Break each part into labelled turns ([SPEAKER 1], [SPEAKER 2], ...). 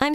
[SPEAKER 1] I'm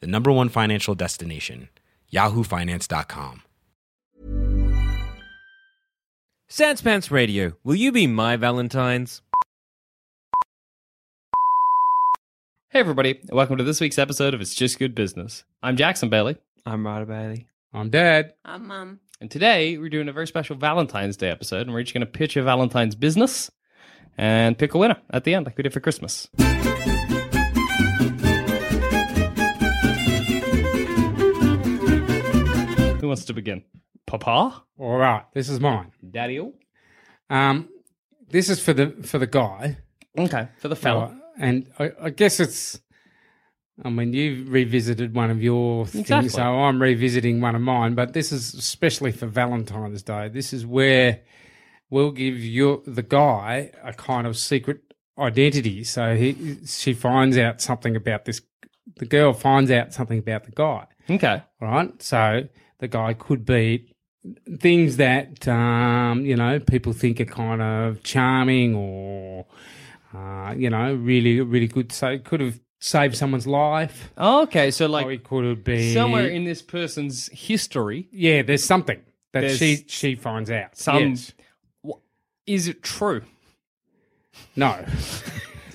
[SPEAKER 2] the number one financial destination, yahoofinance.com.
[SPEAKER 3] Sanspants Radio, will you be my Valentine's?
[SPEAKER 4] Hey, everybody, and welcome to this week's episode of It's Just Good Business. I'm Jackson Bailey,
[SPEAKER 3] I'm Ryder Bailey.
[SPEAKER 5] I'm dead.
[SPEAKER 6] Um, um,
[SPEAKER 4] and today we're doing a very special Valentine's Day episode, and we're each going to pitch a Valentine's business and pick a winner at the end, like we did for Christmas. Who wants to begin? Papa?
[SPEAKER 5] All right, this is mine.
[SPEAKER 4] Daddy?
[SPEAKER 5] Um, this is for the for the guy,
[SPEAKER 4] Okay, for the fella.
[SPEAKER 5] Right, and I, I guess it's. I mean, you revisited one of your things,
[SPEAKER 4] Exactly.
[SPEAKER 5] so I'm revisiting one of mine. But this is especially for Valentine's Day. This is where we'll give your the guy a kind of secret identity, so he she finds out something about this. The girl finds out something about the guy.
[SPEAKER 4] Okay.
[SPEAKER 5] All right. So the guy could be things that um, you know people think are kind of charming or uh, you know really really good. So it could have saved someone's life.
[SPEAKER 4] Okay, so
[SPEAKER 5] or
[SPEAKER 4] like
[SPEAKER 5] it could have been
[SPEAKER 4] somewhere in this person's history,
[SPEAKER 5] yeah. There's something that
[SPEAKER 4] There's
[SPEAKER 5] she she finds out.
[SPEAKER 4] some.
[SPEAKER 5] Yes.
[SPEAKER 4] Wha- Is it true?
[SPEAKER 5] no.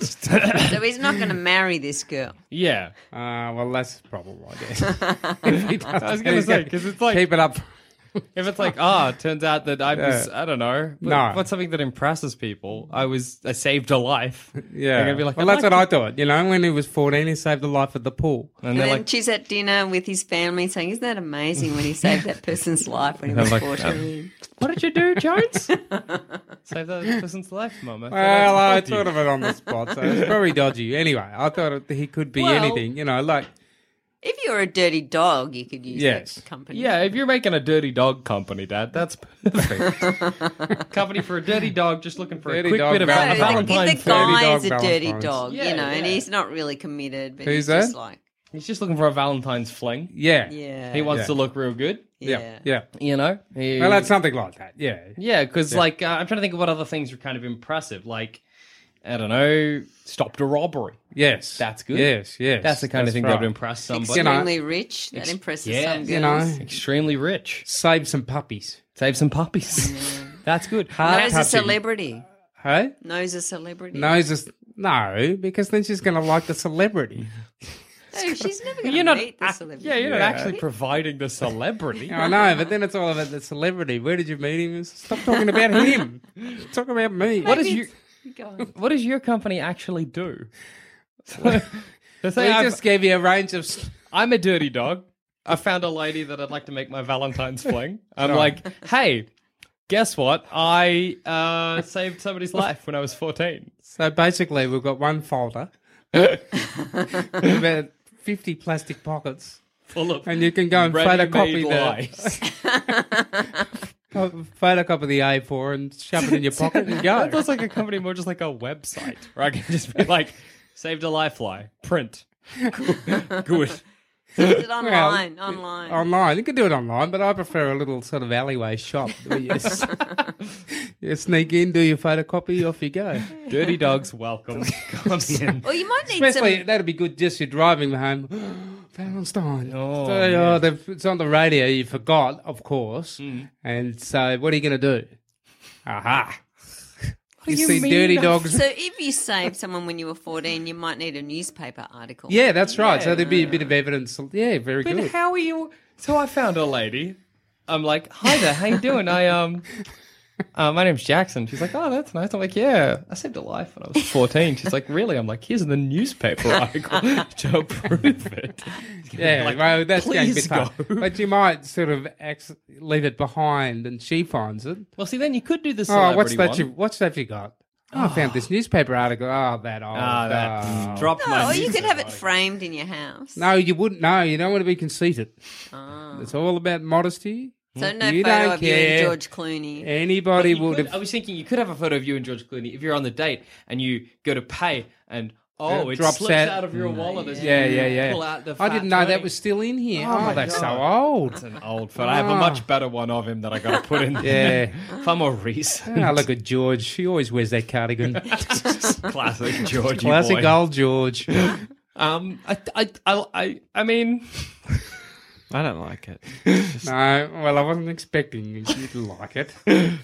[SPEAKER 6] so he's not going to marry this girl.
[SPEAKER 4] Yeah.
[SPEAKER 5] Uh, well, that's the problem, I guess. If he does,
[SPEAKER 4] I was gonna
[SPEAKER 5] he's
[SPEAKER 4] say,
[SPEAKER 5] gonna
[SPEAKER 4] 'cause it's like-
[SPEAKER 5] keep it up.
[SPEAKER 4] If it's like, ah, it turns out that I was, I don't know, but
[SPEAKER 5] No.
[SPEAKER 4] what's something that impresses people? I was, I saved a life.
[SPEAKER 5] Yeah,
[SPEAKER 4] They're gonna be like,
[SPEAKER 5] well,
[SPEAKER 4] "I'd
[SPEAKER 5] that's
[SPEAKER 4] like
[SPEAKER 5] what I thought. You know, when he was fourteen, he saved the life of the poor.
[SPEAKER 4] And
[SPEAKER 6] And
[SPEAKER 4] they're
[SPEAKER 6] then
[SPEAKER 4] like,
[SPEAKER 6] she's at dinner with his family saying, Isn't that amazing when he saved that person's life when he
[SPEAKER 4] I'm
[SPEAKER 6] was
[SPEAKER 4] like,
[SPEAKER 5] "Um,
[SPEAKER 6] 14?
[SPEAKER 4] what did you do, Jones? Save that person's life, Mum. I thought
[SPEAKER 5] Well,
[SPEAKER 4] I
[SPEAKER 5] I
[SPEAKER 4] was with
[SPEAKER 5] thought of it on the spot, so it's very dodgy. Anyway, I thought it, he could be
[SPEAKER 4] Well-
[SPEAKER 5] anything, you know, like
[SPEAKER 6] if you were a dirty dog, you could use
[SPEAKER 5] Yes.
[SPEAKER 6] that company.
[SPEAKER 4] you. Yeah, if you're making a dirty dog company, Dad, that's perfect. company for a dirty dog just looking for
[SPEAKER 5] Dirty
[SPEAKER 4] a quick
[SPEAKER 5] dog
[SPEAKER 4] bit of
[SPEAKER 6] No,
[SPEAKER 5] Val-
[SPEAKER 6] like,
[SPEAKER 4] Valentine's
[SPEAKER 6] if
[SPEAKER 4] Valentine's
[SPEAKER 6] the
[SPEAKER 4] food.
[SPEAKER 5] Dirty
[SPEAKER 6] guy
[SPEAKER 5] dog
[SPEAKER 6] is a dirty
[SPEAKER 5] Valentine's.
[SPEAKER 6] dog,
[SPEAKER 4] Yeah,
[SPEAKER 6] you know, and
[SPEAKER 4] yeah.
[SPEAKER 6] he's not really committed, but
[SPEAKER 5] Who's
[SPEAKER 6] he's
[SPEAKER 5] that?
[SPEAKER 6] just like,
[SPEAKER 4] He's just looking for a Valentine's fling.
[SPEAKER 5] yeah,
[SPEAKER 6] yeah.
[SPEAKER 4] He wants
[SPEAKER 5] Yeah.
[SPEAKER 4] to look real good,
[SPEAKER 5] yeah,
[SPEAKER 6] yeah.
[SPEAKER 5] yeah.
[SPEAKER 4] you know? He-
[SPEAKER 5] Well, that's something like that. Yeah,
[SPEAKER 4] Yeah, because like uh, I'm trying to think of what other things were kind of impressive. Like I don't know, stopped a robbery.
[SPEAKER 5] yes,
[SPEAKER 4] That's good.
[SPEAKER 5] Yes, yes.
[SPEAKER 4] That's the kind of thing that
[SPEAKER 5] right.
[SPEAKER 4] would impress somebody.
[SPEAKER 5] you know-
[SPEAKER 6] Extremely rich. That impresses
[SPEAKER 4] yeah,
[SPEAKER 6] some girls.
[SPEAKER 5] You know,
[SPEAKER 4] Extremely rich.
[SPEAKER 5] save some puppies.
[SPEAKER 4] Save some puppies. That's good.
[SPEAKER 6] Knows a
[SPEAKER 5] touching.
[SPEAKER 6] celebrity.
[SPEAKER 5] Hey,
[SPEAKER 6] Knows a celebrity.
[SPEAKER 5] knows us. No, because then she's going to like the celebrity.
[SPEAKER 6] No, she's never going
[SPEAKER 4] You're
[SPEAKER 6] to
[SPEAKER 4] not.
[SPEAKER 6] meet
[SPEAKER 4] ac-
[SPEAKER 6] the celebrity.
[SPEAKER 4] yeah, you're not
[SPEAKER 5] Yeah.
[SPEAKER 4] actually providing the celebrity.
[SPEAKER 5] I know, but then it's all about the celebrity. Where did you meet him? Stop talking about him. Talk about me.
[SPEAKER 4] what is your
[SPEAKER 6] Go on.
[SPEAKER 4] What does your company actually do? The
[SPEAKER 5] We
[SPEAKER 4] thing I've-
[SPEAKER 5] just gave you a range of. s-
[SPEAKER 4] I'm a dirty dog. I found a lady that I'd like to make my Valentine's fling. I'm like, hey, guess what? I uh, saved somebody's life when I was 14.
[SPEAKER 5] So basically, we've got one folder, about 50 plastic pockets,
[SPEAKER 4] Full of
[SPEAKER 5] and you can go and
[SPEAKER 4] ready-made
[SPEAKER 5] photocopy the,
[SPEAKER 4] lies.
[SPEAKER 5] co- photocopy the A4 and shove it in your pocket and
[SPEAKER 4] that
[SPEAKER 5] go.
[SPEAKER 4] looks like a company more just like a website where I can just be like, saved a life lie, print. Good.
[SPEAKER 6] Is it online? online.
[SPEAKER 5] Online. You can do it online, but I prefer a little sort of alleyway shop. Where you, s- you sneak in, do your photocopy, off you go.
[SPEAKER 4] Dirty dogs welcome. Come in.
[SPEAKER 6] Well, you might need
[SPEAKER 5] Especially,
[SPEAKER 6] some.
[SPEAKER 5] that'd be good just you're driving home. Valentine.
[SPEAKER 4] Oh,
[SPEAKER 5] So, oh, they've- it's on the radio. You
[SPEAKER 4] Mm.
[SPEAKER 5] forgot, of course. And so, what are you going to do? Aha. you, see dirty dogs.
[SPEAKER 6] So if you saved someone when you were 14, you might need a newspaper article.
[SPEAKER 5] Yeah, that's right. So there'd be a bit of evidence. Yeah, very
[SPEAKER 4] But
[SPEAKER 5] good.
[SPEAKER 4] how are you? So I found a lady. I'm like, hi there, how you doing? I um, uh, my name's Jackson. She's like, oh, that's nice. I'm like, yeah, I saved a life when I was 14. She's like, really? I'm like, here's the newspaper article to prove it.
[SPEAKER 5] yeah,
[SPEAKER 4] like,
[SPEAKER 5] well, that's going a bit
[SPEAKER 4] "Please
[SPEAKER 5] far.
[SPEAKER 4] go."
[SPEAKER 5] But you might sort of ex- leave it behind, and she finds it.
[SPEAKER 4] Well, see, then you could do the
[SPEAKER 5] Oh,
[SPEAKER 4] celebrity
[SPEAKER 5] what's that?
[SPEAKER 4] one.
[SPEAKER 5] You, what's that you got? Oh, I found this newspaper article. Oh, that old.
[SPEAKER 4] Ah, that
[SPEAKER 5] oh.
[SPEAKER 4] dropped my.
[SPEAKER 6] No, or you could
[SPEAKER 4] newspaper
[SPEAKER 6] have it
[SPEAKER 4] article.
[SPEAKER 6] framed in your house.
[SPEAKER 5] No, you wouldn't. No, you don't want to be conceited.
[SPEAKER 4] Ah.
[SPEAKER 5] It's all about modesty.
[SPEAKER 6] So no
[SPEAKER 5] You
[SPEAKER 6] photo
[SPEAKER 5] don't
[SPEAKER 6] of you and
[SPEAKER 5] care.
[SPEAKER 6] George Clooney.
[SPEAKER 5] Anybody
[SPEAKER 4] You
[SPEAKER 5] would
[SPEAKER 4] could-
[SPEAKER 5] have.
[SPEAKER 4] I was thinking you could have a photo of you and George Clooney if you're on the date and you go to pay and oh,
[SPEAKER 5] It
[SPEAKER 4] it,
[SPEAKER 5] drops
[SPEAKER 4] slips
[SPEAKER 5] out.
[SPEAKER 4] out, of your wallet as
[SPEAKER 5] Mm. Yeah,
[SPEAKER 4] you
[SPEAKER 5] yeah, yeah.
[SPEAKER 4] pull out the.
[SPEAKER 5] I
[SPEAKER 4] fat
[SPEAKER 5] didn't know that
[SPEAKER 4] twenty.
[SPEAKER 5] was still in here.
[SPEAKER 4] Oh,
[SPEAKER 5] Oh,
[SPEAKER 4] my
[SPEAKER 5] that's so
[SPEAKER 4] God. It's
[SPEAKER 5] old.
[SPEAKER 4] an old photo. I have a much better one of him that I got to put in there.
[SPEAKER 5] Yeah.
[SPEAKER 4] Far more recent.
[SPEAKER 5] Ah, look at George. She always wears that cardigan.
[SPEAKER 4] Classic Georgie
[SPEAKER 5] Classic
[SPEAKER 4] boy.
[SPEAKER 5] old George.
[SPEAKER 4] Um, I, I, I, I, I mean,
[SPEAKER 3] I don't like it.
[SPEAKER 5] No, well, I wasn't expecting you to like it.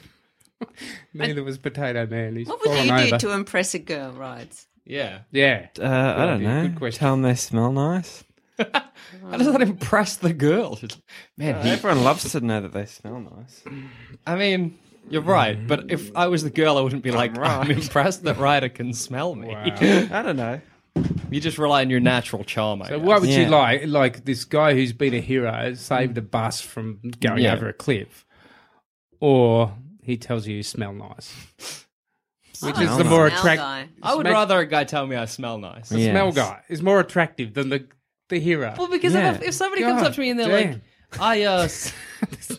[SPEAKER 5] Neither was Potato Man. He's
[SPEAKER 6] What would
[SPEAKER 5] fallen
[SPEAKER 6] you
[SPEAKER 5] over.
[SPEAKER 6] do to impress a girl, Rides?
[SPEAKER 4] yeah.
[SPEAKER 5] Yeah.
[SPEAKER 3] Uh, I don't
[SPEAKER 5] idea.
[SPEAKER 3] know.
[SPEAKER 5] Good question.
[SPEAKER 3] Tell them they smell nice.
[SPEAKER 4] How does that impress the girl? Man, he-
[SPEAKER 3] Everyone loves to know that they smell nice.
[SPEAKER 4] I mean, you're right. But if I was the girl, I wouldn't be like, I'm impressed that Ryder can smell me.
[SPEAKER 3] I don't know.
[SPEAKER 4] You just rely on your natural charm. I
[SPEAKER 5] So
[SPEAKER 4] guess.
[SPEAKER 5] what would you
[SPEAKER 3] Yeah.
[SPEAKER 5] like? Like this guy who's been a hero saved a bus from going
[SPEAKER 4] Yeah.
[SPEAKER 5] over a cliff, or he tells you you smell nice, which is
[SPEAKER 3] Smell
[SPEAKER 5] the more
[SPEAKER 6] nice.
[SPEAKER 5] attractive.
[SPEAKER 4] I would rather a guy tell me I smell nice.
[SPEAKER 3] Yeah.
[SPEAKER 5] Smell
[SPEAKER 3] Yes.
[SPEAKER 5] guy is more attractive than the the hero.
[SPEAKER 4] Well, because
[SPEAKER 3] Yeah.
[SPEAKER 4] if, if somebody comes
[SPEAKER 5] God
[SPEAKER 4] up to me and they're
[SPEAKER 5] damn.
[SPEAKER 4] like, I, uh, s-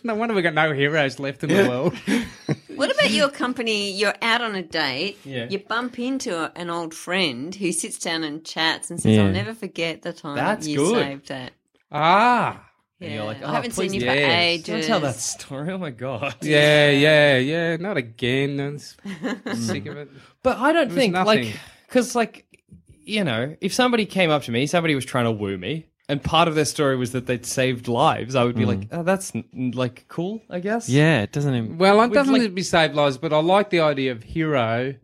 [SPEAKER 5] no wonder we got no heroes left in the world.
[SPEAKER 6] What about your company? You're out on a date.
[SPEAKER 4] Yeah.
[SPEAKER 6] You bump into a- an old friend who sits down and chats and says,
[SPEAKER 3] Yeah.
[SPEAKER 6] "I'll never forget the time
[SPEAKER 4] That's
[SPEAKER 6] you
[SPEAKER 4] good.
[SPEAKER 6] saved that."
[SPEAKER 5] ah,
[SPEAKER 6] Yeah.
[SPEAKER 4] you're like, "Oh,
[SPEAKER 6] I haven't
[SPEAKER 4] please,
[SPEAKER 6] seen you
[SPEAKER 5] yes.
[SPEAKER 6] for
[SPEAKER 4] don't
[SPEAKER 6] ages.
[SPEAKER 4] tell that story. Oh my God.
[SPEAKER 5] yeah, yeah, yeah. Not again. I'm s- sick of it.
[SPEAKER 4] But I don't
[SPEAKER 5] was
[SPEAKER 4] think
[SPEAKER 5] nothing.
[SPEAKER 4] like because like you know if somebody came up to me, somebody was trying to woo me, and part of their story was that they'd saved lives. I would be like, oh, that's n- like cool, I guess.
[SPEAKER 3] Yeah, it doesn't. Im-
[SPEAKER 5] Well, I'm
[SPEAKER 4] Would you
[SPEAKER 5] definitely
[SPEAKER 4] like-
[SPEAKER 5] be saved lives, but I like the idea of hero,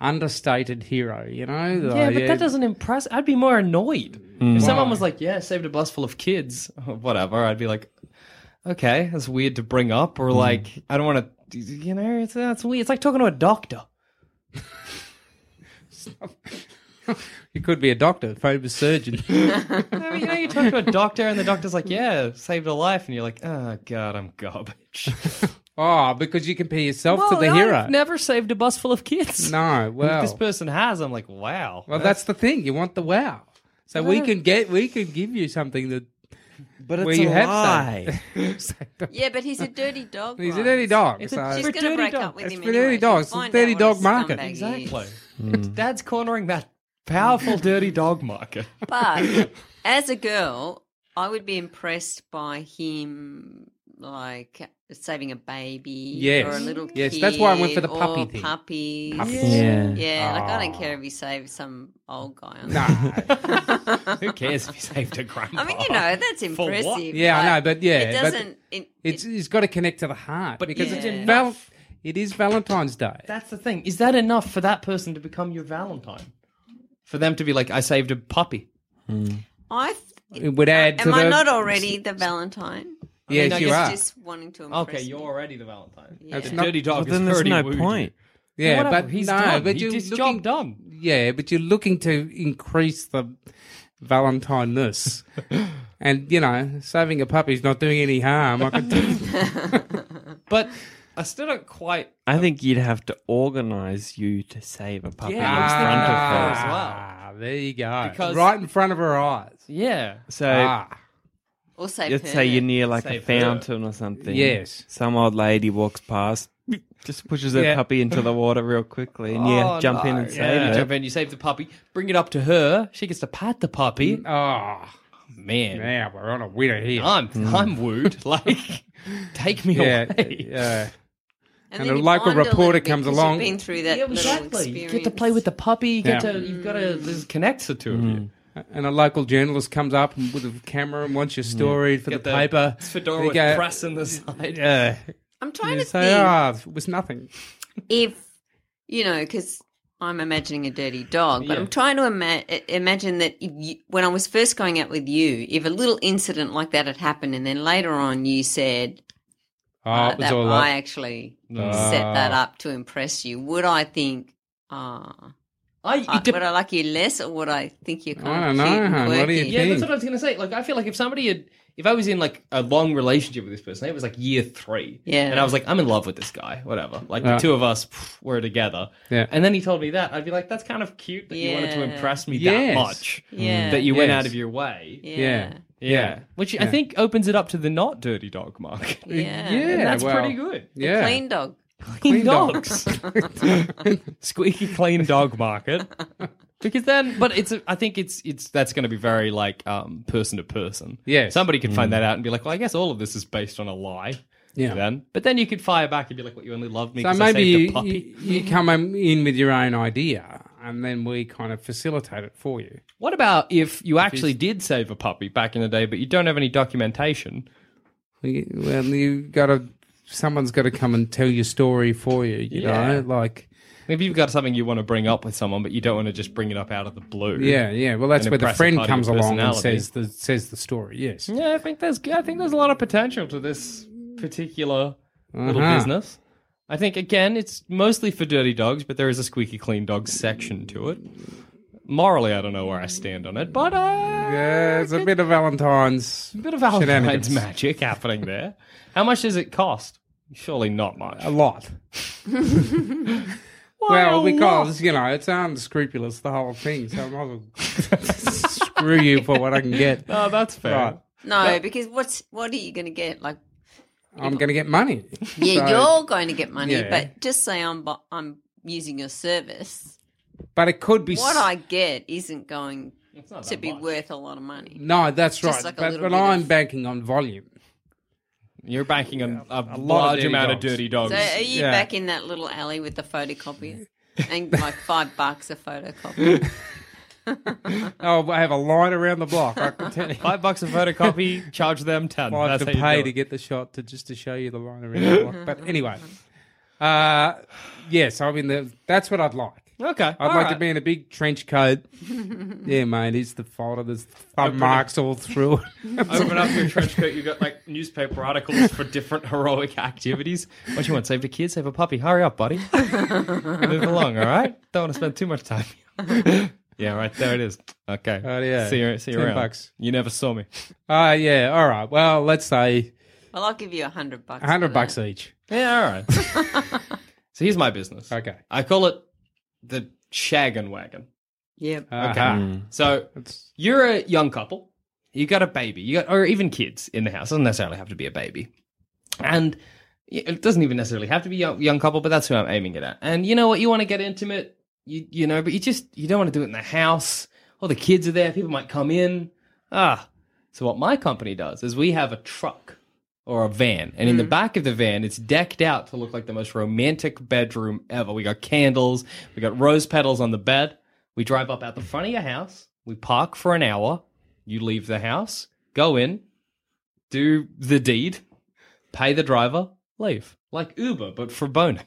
[SPEAKER 5] understated hero. You know, The
[SPEAKER 4] Oh, Yeah, Mm. but
[SPEAKER 5] idea-
[SPEAKER 4] that doesn't impress. I'd be more annoyed if someone was like, "Yeah, I saved a bus full of kids," or whatever. I'd be like, "Okay, that's weird to bring up," or like, "I don't want to," you know. It's that's weird. It's like talking to a doctor.
[SPEAKER 5] You could be a doctor, phobia surgeon.
[SPEAKER 4] I mean, you know, you talk to a doctor, and the doctor's like, "Yeah, saved a life," and you're like, "Oh God, I'm garbage."
[SPEAKER 5] oh, because you compare yourself
[SPEAKER 4] Well,
[SPEAKER 5] to the
[SPEAKER 4] I've
[SPEAKER 5] hero.
[SPEAKER 4] never saved a bus full of kids.
[SPEAKER 5] no,
[SPEAKER 4] If
[SPEAKER 5] well,
[SPEAKER 4] this person has. I'm like, wow.
[SPEAKER 5] well, that's the thing. You want the wow. So we can get, we can give you something that
[SPEAKER 3] but
[SPEAKER 5] where you have some.
[SPEAKER 6] Yeah, but he's a dirty dog.
[SPEAKER 5] He's a
[SPEAKER 6] Rides.
[SPEAKER 5] dirty dog.
[SPEAKER 4] It's a-
[SPEAKER 5] so
[SPEAKER 4] she's
[SPEAKER 6] She's
[SPEAKER 4] We're
[SPEAKER 6] going to
[SPEAKER 4] dirty
[SPEAKER 6] break
[SPEAKER 4] dog.
[SPEAKER 6] up with
[SPEAKER 5] It's
[SPEAKER 6] him.
[SPEAKER 5] for
[SPEAKER 6] anyway.
[SPEAKER 5] dirty dogs.
[SPEAKER 6] She'll
[SPEAKER 5] It's
[SPEAKER 6] find
[SPEAKER 5] a dirty
[SPEAKER 6] out what a
[SPEAKER 5] dog market.
[SPEAKER 6] scumbag he is.
[SPEAKER 4] exactly. It's Dad's cornering that powerful dirty dog market.
[SPEAKER 6] But as a girl, I would be impressed by him, like saving a baby
[SPEAKER 5] Yes.
[SPEAKER 6] or a little kid.
[SPEAKER 5] Yes, that's why I went for the puppy
[SPEAKER 6] or
[SPEAKER 5] thing.
[SPEAKER 6] Puppies.
[SPEAKER 5] Puppies.
[SPEAKER 3] Yeah.
[SPEAKER 6] Yeah, like I don't care if you save some old guy. On
[SPEAKER 5] Nah.
[SPEAKER 4] Who cares if he saved a grandpa?
[SPEAKER 6] I mean, you know, that's
[SPEAKER 4] what?
[SPEAKER 6] impressive.
[SPEAKER 5] Yeah, I know, but yeah,
[SPEAKER 6] it
[SPEAKER 5] but
[SPEAKER 6] doesn't. it,
[SPEAKER 5] it's
[SPEAKER 6] it's
[SPEAKER 5] it's got to connect to the heart
[SPEAKER 4] But
[SPEAKER 5] because
[SPEAKER 4] is
[SPEAKER 5] it's
[SPEAKER 4] it
[SPEAKER 5] in val-
[SPEAKER 4] enough?
[SPEAKER 5] it is Valentine's Day.
[SPEAKER 4] That's the thing. Is that enough for that person to become your Valentine? For them to be like, I saved a puppy.
[SPEAKER 6] I. th-
[SPEAKER 5] It would add to
[SPEAKER 6] Am I
[SPEAKER 5] the-
[SPEAKER 6] not already the Valentine?
[SPEAKER 5] Yes,
[SPEAKER 4] I
[SPEAKER 5] you
[SPEAKER 4] guess
[SPEAKER 5] are.
[SPEAKER 6] Just wanting to impress.
[SPEAKER 4] Okay, you're
[SPEAKER 6] me.
[SPEAKER 4] already the Valentine.
[SPEAKER 5] That's
[SPEAKER 4] The
[SPEAKER 5] not-
[SPEAKER 4] dirty dog
[SPEAKER 3] But then
[SPEAKER 4] is
[SPEAKER 3] there's
[SPEAKER 4] already
[SPEAKER 3] no
[SPEAKER 4] wooed.
[SPEAKER 3] point.
[SPEAKER 5] Yeah,
[SPEAKER 4] Whatever,
[SPEAKER 5] but
[SPEAKER 4] he's
[SPEAKER 5] no,
[SPEAKER 4] done.
[SPEAKER 5] but
[SPEAKER 4] He
[SPEAKER 5] you're
[SPEAKER 4] did his job
[SPEAKER 5] looking-
[SPEAKER 4] done.
[SPEAKER 5] Yeah, but you're looking to increase the Valentineness, and you know, saving a puppy's not doing any harm. I could
[SPEAKER 4] But I still don't quite.
[SPEAKER 3] I think you'd have to organise you to save a puppy
[SPEAKER 4] Yeah, I was
[SPEAKER 3] in front
[SPEAKER 4] thinking that
[SPEAKER 3] of
[SPEAKER 4] as
[SPEAKER 3] her.
[SPEAKER 4] well.
[SPEAKER 5] Ah, there you go.
[SPEAKER 4] Because-
[SPEAKER 5] right in front of her eyes.
[SPEAKER 4] Yeah.
[SPEAKER 3] So
[SPEAKER 5] Ah,
[SPEAKER 6] Also,
[SPEAKER 3] let's say you're near like a
[SPEAKER 4] Save her.
[SPEAKER 3] fountain or something.
[SPEAKER 5] Yes.
[SPEAKER 3] Some old lady walks past, just pushes her
[SPEAKER 5] Yeah.
[SPEAKER 3] puppy into the water real quickly, and yeah,
[SPEAKER 4] Oh,
[SPEAKER 3] jump in
[SPEAKER 4] no.
[SPEAKER 3] and
[SPEAKER 4] Yeah,
[SPEAKER 3] save
[SPEAKER 4] Jump
[SPEAKER 3] it.
[SPEAKER 4] in, you save the puppy. Bring it up to her. She gets to pat the puppy.
[SPEAKER 5] oh,
[SPEAKER 4] Man,
[SPEAKER 5] now we're on a winner here.
[SPEAKER 4] I'm
[SPEAKER 3] Mm.
[SPEAKER 4] I'm wooed. Like, take me
[SPEAKER 5] yeah,
[SPEAKER 4] away.
[SPEAKER 5] yeah.
[SPEAKER 6] and,
[SPEAKER 5] and
[SPEAKER 6] then
[SPEAKER 5] a
[SPEAKER 6] you
[SPEAKER 5] local
[SPEAKER 6] bond a little
[SPEAKER 5] reporter
[SPEAKER 6] bit
[SPEAKER 5] comes
[SPEAKER 6] 'cause
[SPEAKER 5] along.
[SPEAKER 6] You've been through that
[SPEAKER 4] Yeah,
[SPEAKER 6] little
[SPEAKER 4] exactly. You
[SPEAKER 6] experience.
[SPEAKER 4] get to play with the puppy. You get
[SPEAKER 5] Yeah.
[SPEAKER 4] to you've got to this connects the two of
[SPEAKER 3] Mm.
[SPEAKER 4] you.
[SPEAKER 5] And a local journalist comes up and- with a camera and wants your
[SPEAKER 4] Mm.
[SPEAKER 5] story for
[SPEAKER 4] Get
[SPEAKER 5] the, paper.
[SPEAKER 4] fedora
[SPEAKER 5] They
[SPEAKER 4] with
[SPEAKER 5] go-
[SPEAKER 4] press in the side.
[SPEAKER 5] Yeah.
[SPEAKER 6] I'm trying
[SPEAKER 5] You
[SPEAKER 6] to
[SPEAKER 5] say,
[SPEAKER 6] think
[SPEAKER 5] ah, it was nothing.
[SPEAKER 6] if you know, because I'm imagining a dirty dog, but
[SPEAKER 4] Yeah.
[SPEAKER 6] I'm trying to ima- i- imagine that if you, when I was first going out with you, if a little incident like that had happened, and then later on you said,
[SPEAKER 5] Oh,
[SPEAKER 6] uh,
[SPEAKER 4] Ah,
[SPEAKER 5] it was
[SPEAKER 6] that
[SPEAKER 5] all
[SPEAKER 6] I
[SPEAKER 5] up.
[SPEAKER 6] actually
[SPEAKER 5] Ah.
[SPEAKER 6] set that up to impress you, would I think, ah,
[SPEAKER 4] I,
[SPEAKER 6] I-
[SPEAKER 4] it dep-
[SPEAKER 5] uh,
[SPEAKER 6] would I like you less, or would I think you're
[SPEAKER 5] I
[SPEAKER 6] kind
[SPEAKER 5] don't
[SPEAKER 6] of cute
[SPEAKER 5] know,
[SPEAKER 6] and
[SPEAKER 5] hon.
[SPEAKER 6] quirky?
[SPEAKER 5] What do you
[SPEAKER 4] yeah,
[SPEAKER 5] thing.
[SPEAKER 4] that's what I was gonna say. Like, I feel like if somebody had, if I was in like a long relationship with this person, it was like year three,
[SPEAKER 6] Yeah.
[SPEAKER 4] and I was like, I'm in love with this guy, whatever. Like the
[SPEAKER 5] Yeah.
[SPEAKER 4] two of us pff, were together,
[SPEAKER 5] Yeah.
[SPEAKER 4] And then he told me that I'd be like, that's kind of cute that you wanted to
[SPEAKER 6] Yeah.
[SPEAKER 4] impress me that
[SPEAKER 5] Yes.
[SPEAKER 4] much
[SPEAKER 5] Mm.
[SPEAKER 6] Yeah.
[SPEAKER 4] that you went
[SPEAKER 5] Yes.
[SPEAKER 4] out of your way,
[SPEAKER 6] yeah.
[SPEAKER 5] Yeah. Yeah.
[SPEAKER 4] which I think opens it up to the not dirty dog mark.
[SPEAKER 6] Yeah.
[SPEAKER 5] Yeah.
[SPEAKER 4] and that's
[SPEAKER 5] well,
[SPEAKER 4] pretty good.
[SPEAKER 5] Yeah.
[SPEAKER 6] Clean dog.
[SPEAKER 4] Clean
[SPEAKER 5] dog.
[SPEAKER 4] dogs, squeaky clean dog market. Because then, but it's I think it's it's that's going to be very like um person to person.
[SPEAKER 5] Yes. Mm.
[SPEAKER 4] somebody could find that out and be like, well, I guess all of this is based on a lie.
[SPEAKER 5] Yeah.
[SPEAKER 4] Then, but then you could fire back and be like, "What you only love me
[SPEAKER 5] So
[SPEAKER 4] because
[SPEAKER 5] maybe
[SPEAKER 4] I saved a
[SPEAKER 5] you,
[SPEAKER 4] puppy."
[SPEAKER 5] you, you come in with your own idea, and then we kind of facilitate it for you.
[SPEAKER 4] What about if you actually did save a puppy back in the day, but you don't have any documentation?
[SPEAKER 5] We- Well, you got to. Someone's got to come and tell your story for you. You
[SPEAKER 4] Yeah.
[SPEAKER 5] know, like
[SPEAKER 4] If you've got something you want to bring up with someone, but you don't want to just bring it up out of the blue.
[SPEAKER 5] yeah, yeah. Well, that's
[SPEAKER 4] An
[SPEAKER 5] where the
[SPEAKER 4] impressive
[SPEAKER 5] friend
[SPEAKER 4] part of
[SPEAKER 5] comes
[SPEAKER 4] your
[SPEAKER 5] along and
[SPEAKER 4] personality.
[SPEAKER 5] says the says the story. Yes.
[SPEAKER 4] Yeah, I think there's I think there's a lot of potential to this particular little
[SPEAKER 5] Uh-huh.
[SPEAKER 4] business. I think again, it's mostly for dirty dogs, but there is a squeaky clean dog section to it. Morally, I don't know where I stand on it, but uh,
[SPEAKER 5] Yeah, it's a bit of Valentine's.
[SPEAKER 4] bit of Valentine's
[SPEAKER 5] Shenanigans.
[SPEAKER 4] magic happening there. How much does it cost? Surely not much.
[SPEAKER 5] A lot. well, because you know it's unscrupulous the whole thing, so I might as well screw you for what I can get.
[SPEAKER 4] Oh, that's fair.
[SPEAKER 5] Right.
[SPEAKER 6] No, because what's what are you going to get? Like,
[SPEAKER 5] I'm going to get money.
[SPEAKER 6] yeah,
[SPEAKER 5] So-
[SPEAKER 6] you're going to get money,
[SPEAKER 5] Yeah.
[SPEAKER 6] but just say I'm bu- I'm using your service.
[SPEAKER 5] But it could be
[SPEAKER 6] What
[SPEAKER 5] s-
[SPEAKER 6] I get isn't going
[SPEAKER 4] not
[SPEAKER 6] to be worth a lot of money.
[SPEAKER 5] No, that's right.
[SPEAKER 6] Just like a
[SPEAKER 5] but
[SPEAKER 6] little
[SPEAKER 5] but
[SPEAKER 6] bit
[SPEAKER 5] I'm
[SPEAKER 6] of-
[SPEAKER 5] banking on volume.
[SPEAKER 4] You're banking on a,
[SPEAKER 5] lot of
[SPEAKER 4] large
[SPEAKER 5] dirty
[SPEAKER 4] amount
[SPEAKER 5] dogs.
[SPEAKER 4] of dirty dogs.
[SPEAKER 6] So uh, are you
[SPEAKER 5] Yeah.
[SPEAKER 6] back in that little alley with the photocopier and like five bucks a photocopy?
[SPEAKER 5] Oh, I have a line around the block. I can tell you.
[SPEAKER 4] Five bucks a photocopy, charge them ten.
[SPEAKER 5] I have
[SPEAKER 4] That's
[SPEAKER 5] to
[SPEAKER 4] how you do
[SPEAKER 5] pay to
[SPEAKER 4] it.
[SPEAKER 5] get the shot to just to show you the line around the block. But anyway, uh, yes, I mean the, that's what I'd like.
[SPEAKER 4] Okay.
[SPEAKER 5] I'd like to be in a big trench coat. yeah, mate, it's the folder. There's thumb marks all through. it.
[SPEAKER 4] Open up your trench coat. You've got like newspaper articles for different heroic activities. What do you want? Save a kid, save a puppy. Hurry up, buddy. Move along, all right? Don't want to spend too much time. yeah, right. There it is. Okay.
[SPEAKER 5] Oh, yeah.
[SPEAKER 4] See you, see you
[SPEAKER 5] Ten
[SPEAKER 4] around.
[SPEAKER 5] bucks.
[SPEAKER 4] You never saw me.
[SPEAKER 5] uh, yeah, all right. Well, let's say
[SPEAKER 6] well, I'll give you a hundred bucks.
[SPEAKER 5] a
[SPEAKER 6] for
[SPEAKER 5] hundred
[SPEAKER 6] that.
[SPEAKER 5] bucks each.
[SPEAKER 4] Yeah, all right. so here's my business.
[SPEAKER 5] Okay.
[SPEAKER 4] I call it the Shaggin' Wagon.
[SPEAKER 6] Yep.
[SPEAKER 4] Okay.
[SPEAKER 5] Uh-huh.
[SPEAKER 4] So you're a young couple. You got a baby. You got, or even kids in the house. Doesn't necessarily have to be a baby. And it doesn't even necessarily have to be a young, young couple, but that's who I'm aiming it at. And you know what? You want to get intimate, you you know, but you just you don't want to do it in the house. All the kids are there. People might come in. Ah. So what my company does is we have a truck or a van, and in
[SPEAKER 6] Mm.
[SPEAKER 4] the back of the van, it's decked out to look like the most romantic bedroom ever. We got candles. We got rose petals on the bed. We drive up out the front of your house. We park for an hour. You leave the house, go in, do the deed, pay the driver, leave. Like Uber, but for boning.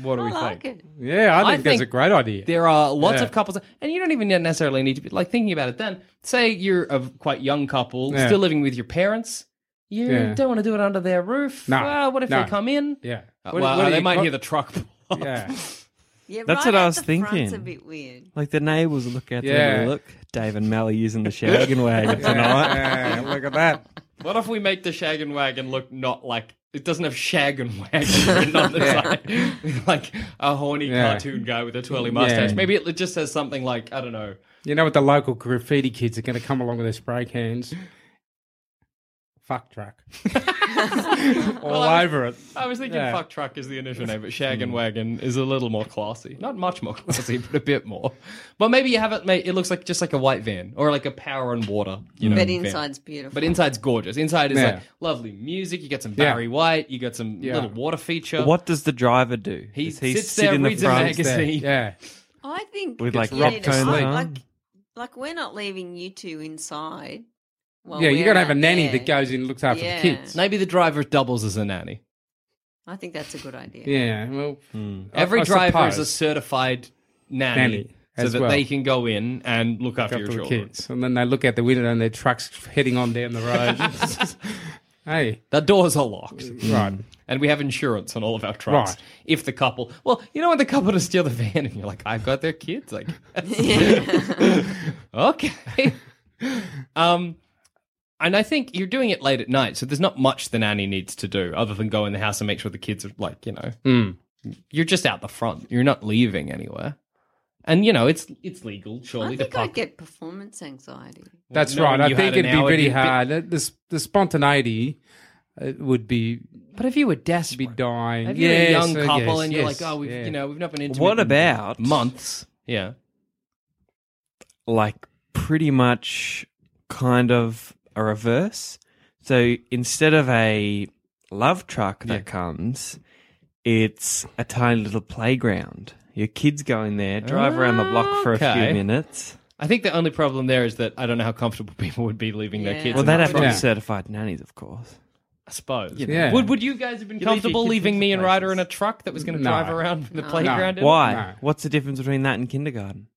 [SPEAKER 4] what do
[SPEAKER 6] I
[SPEAKER 4] we
[SPEAKER 6] like
[SPEAKER 4] think?
[SPEAKER 6] it.
[SPEAKER 5] Yeah, I
[SPEAKER 4] I
[SPEAKER 5] think, that's
[SPEAKER 4] think
[SPEAKER 5] a great idea.
[SPEAKER 4] There are lots
[SPEAKER 5] Yeah.
[SPEAKER 4] of couples, and you don't even necessarily need to be like thinking about it then. Say you're a quite young couple,
[SPEAKER 5] Yeah.
[SPEAKER 4] still living with your parents. You
[SPEAKER 5] Yeah.
[SPEAKER 4] don't want to do it under their roof.
[SPEAKER 5] No.
[SPEAKER 4] Well, what if
[SPEAKER 5] No.
[SPEAKER 4] they come in?
[SPEAKER 5] Yeah.
[SPEAKER 4] Uh,
[SPEAKER 5] What-
[SPEAKER 4] well,
[SPEAKER 5] what do
[SPEAKER 4] they
[SPEAKER 5] you
[SPEAKER 4] might
[SPEAKER 5] call-
[SPEAKER 4] hear the truck. pull up.
[SPEAKER 5] Yeah.
[SPEAKER 6] Yeah,
[SPEAKER 7] That's
[SPEAKER 6] right
[SPEAKER 7] what I
[SPEAKER 6] out
[SPEAKER 7] was
[SPEAKER 6] the Front's a
[SPEAKER 7] thinking.
[SPEAKER 6] bit weird.
[SPEAKER 7] Like the neighbours look out there
[SPEAKER 5] Yeah.
[SPEAKER 7] and look. Dave and Mally using the shaggin' wagon tonight.
[SPEAKER 5] yeah, look at that.
[SPEAKER 4] What if we make the shaggin' wagon look not like it doesn't have shaggin' wagon written on the side, like a horny
[SPEAKER 5] Yeah.
[SPEAKER 4] cartoon guy with a twirly mustache?
[SPEAKER 5] Yeah.
[SPEAKER 4] Maybe it just says something like I don't know.
[SPEAKER 5] You know what? The local graffiti kids are going to come along with their spray cans. Fuck truck. All over it.
[SPEAKER 4] I was uh, thinking
[SPEAKER 5] Yeah. Mm.
[SPEAKER 4] fuck truck is the initial name, but shaggin' wagon is a little more classy. Not much more classy, but a bit more. But maybe you have it. Mate, it looks like just like a white van or like a power and water. You know,
[SPEAKER 6] But
[SPEAKER 4] van.
[SPEAKER 6] inside's beautiful.
[SPEAKER 4] But inside's gorgeous. Inside is
[SPEAKER 5] Yeah.
[SPEAKER 4] like lovely music. You got some
[SPEAKER 5] Yeah.
[SPEAKER 4] Barry White. You got some
[SPEAKER 5] Yeah.
[SPEAKER 4] little water feature.
[SPEAKER 7] What does the driver do?
[SPEAKER 4] He
[SPEAKER 7] Does
[SPEAKER 4] sits there, reads a magazine.
[SPEAKER 5] There,
[SPEAKER 4] See?
[SPEAKER 5] Yeah.
[SPEAKER 6] I think
[SPEAKER 7] With,
[SPEAKER 6] you
[SPEAKER 7] like,
[SPEAKER 6] need
[SPEAKER 7] rock
[SPEAKER 6] to- I-
[SPEAKER 7] tones on.
[SPEAKER 6] like, like we're not leaving you two inside. while
[SPEAKER 5] yeah, you
[SPEAKER 6] we're
[SPEAKER 5] got to have
[SPEAKER 6] out
[SPEAKER 5] a nanny
[SPEAKER 6] there.
[SPEAKER 5] that goes in and looks after
[SPEAKER 6] Yeah.
[SPEAKER 5] the kids.
[SPEAKER 4] Maybe the driver doubles as a nanny.
[SPEAKER 6] I think that's a good idea.
[SPEAKER 5] Yeah. Well, I-
[SPEAKER 4] Every
[SPEAKER 5] I
[SPEAKER 4] driver is a
[SPEAKER 5] suppose.
[SPEAKER 4] certified nanny,
[SPEAKER 5] Nanny
[SPEAKER 4] so
[SPEAKER 5] as
[SPEAKER 4] that
[SPEAKER 5] well.
[SPEAKER 4] they can go in and look after
[SPEAKER 5] Couple
[SPEAKER 4] your
[SPEAKER 5] of
[SPEAKER 4] children.
[SPEAKER 5] kids, and then they look out the window and their trucks heading on down the road. hey,
[SPEAKER 4] The doors are locked.
[SPEAKER 5] right.
[SPEAKER 4] And we have insurance on all of our trucks.
[SPEAKER 5] Right.
[SPEAKER 4] If the couple, well, you know when the couple to steal the van and you're like, I've got their kids. Like, okay. um, and I think you're doing it late at night, so there's not much the nanny needs to do other than go in the house and make sure the kids are like, you know,
[SPEAKER 5] Hmm.
[SPEAKER 4] you're just out the front. You're not leaving anywhere. And you know, it's it's legal, surely,
[SPEAKER 6] I
[SPEAKER 4] to
[SPEAKER 6] think I'd
[SPEAKER 4] park.
[SPEAKER 6] get performance anxiety.
[SPEAKER 5] That's
[SPEAKER 4] No,
[SPEAKER 5] right. I
[SPEAKER 4] you had
[SPEAKER 5] think it'd
[SPEAKER 4] an
[SPEAKER 5] be
[SPEAKER 4] hour,
[SPEAKER 5] really
[SPEAKER 4] you'd be-
[SPEAKER 5] hard. The, the, the spontaneity uh, would be
[SPEAKER 4] But if you were
[SPEAKER 5] be
[SPEAKER 4] desperate,
[SPEAKER 5] dying.
[SPEAKER 4] if you're
[SPEAKER 5] Yes,
[SPEAKER 4] a young
[SPEAKER 5] uh,
[SPEAKER 4] couple
[SPEAKER 5] yes,
[SPEAKER 4] and you're
[SPEAKER 5] yes,
[SPEAKER 4] like, oh, we've
[SPEAKER 5] yeah.
[SPEAKER 4] you know we've not been intimate
[SPEAKER 7] What
[SPEAKER 4] in
[SPEAKER 7] about
[SPEAKER 4] months? Yeah.
[SPEAKER 7] like pretty much kind of a reverse. So instead of a love truck that comes, it's a tiny little playground. Your kids go in there, drive around the block for a
[SPEAKER 4] Okay.
[SPEAKER 7] few minutes.
[SPEAKER 4] I think the only problem there is that I don't know how comfortable people would be leaving their
[SPEAKER 6] Yeah.
[SPEAKER 4] kids.
[SPEAKER 7] well,
[SPEAKER 4] in
[SPEAKER 7] they'd
[SPEAKER 4] that
[SPEAKER 7] have to
[SPEAKER 4] spot,
[SPEAKER 7] be
[SPEAKER 5] Yeah.
[SPEAKER 7] certified nannies, of course.
[SPEAKER 4] I suppose.
[SPEAKER 5] Yeah.
[SPEAKER 4] Would Would you guys have been
[SPEAKER 7] You leave your
[SPEAKER 4] comfortable
[SPEAKER 7] kids
[SPEAKER 4] leaving
[SPEAKER 7] in
[SPEAKER 4] me and Ryder
[SPEAKER 7] places.
[SPEAKER 4] in a truck that was going to
[SPEAKER 5] No.
[SPEAKER 4] drive around the playground? in it?
[SPEAKER 7] Why?
[SPEAKER 5] No.
[SPEAKER 7] What's the difference between that and kindergarten?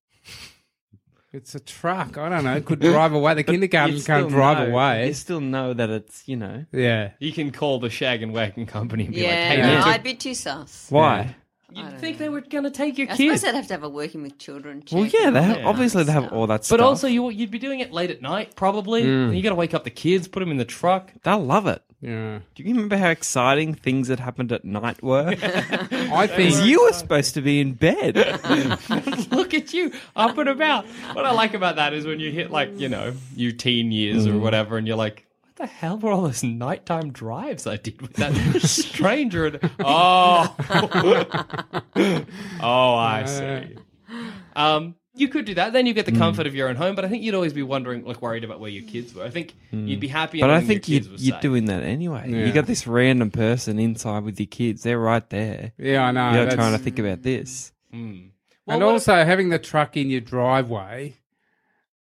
[SPEAKER 5] It's a truck. I don't know. It could drive away. The kindergarten
[SPEAKER 7] You
[SPEAKER 5] can't
[SPEAKER 7] still
[SPEAKER 5] drive
[SPEAKER 7] know- You
[SPEAKER 5] away.
[SPEAKER 7] still know that it's you know
[SPEAKER 5] Yeah.
[SPEAKER 4] You can call the Shag and Wagon Company and be
[SPEAKER 6] Yeah,
[SPEAKER 4] like, "Hey,
[SPEAKER 6] no,
[SPEAKER 4] they took-
[SPEAKER 6] I'd be too sus.
[SPEAKER 7] why?
[SPEAKER 6] I
[SPEAKER 4] you
[SPEAKER 6] don't
[SPEAKER 4] think
[SPEAKER 6] know.
[SPEAKER 4] they were going to take your
[SPEAKER 6] I
[SPEAKER 4] kids?"
[SPEAKER 6] suppose I'd have to have a working with children.
[SPEAKER 7] Well,
[SPEAKER 6] check
[SPEAKER 7] yeah,
[SPEAKER 6] and
[SPEAKER 7] they have,
[SPEAKER 6] all that
[SPEAKER 7] obviously they have
[SPEAKER 6] stuff.
[SPEAKER 7] all that stuff.
[SPEAKER 4] But also, you you'd be doing it late at night, probably. And you got to wake up the kids, put them in the truck.
[SPEAKER 7] they'll love it.
[SPEAKER 5] Yeah.
[SPEAKER 7] Do you remember how exciting things that happened at night were?
[SPEAKER 5] I
[SPEAKER 7] Because
[SPEAKER 5] think
[SPEAKER 7] you were supposed to be in bed.
[SPEAKER 4] Look at you, up and about. What I like about that is when you hit like you know you teen years
[SPEAKER 7] Mm.
[SPEAKER 4] or whatever, and you're like, what the hell were all those nighttime drives I did with that stranger? And oh, oh, I
[SPEAKER 5] uh,
[SPEAKER 4] see. Um, you could do that. Then you get the
[SPEAKER 7] Mm.
[SPEAKER 4] comfort of your own home, but I think you'd always be wondering, like, worried about where your kids were. I think you'd be happy.
[SPEAKER 7] Mm. But I
[SPEAKER 4] knowing your
[SPEAKER 7] think you,
[SPEAKER 4] kids were
[SPEAKER 7] you're
[SPEAKER 4] safe.
[SPEAKER 7] doing that anyway.
[SPEAKER 5] Yeah.
[SPEAKER 7] You got this random person inside with your kids. They're right there.
[SPEAKER 5] Yeah, I know.
[SPEAKER 4] Ah,
[SPEAKER 7] You're
[SPEAKER 5] That's-
[SPEAKER 7] trying to think about this.
[SPEAKER 4] Mm.
[SPEAKER 5] and also having the truck in your driveway.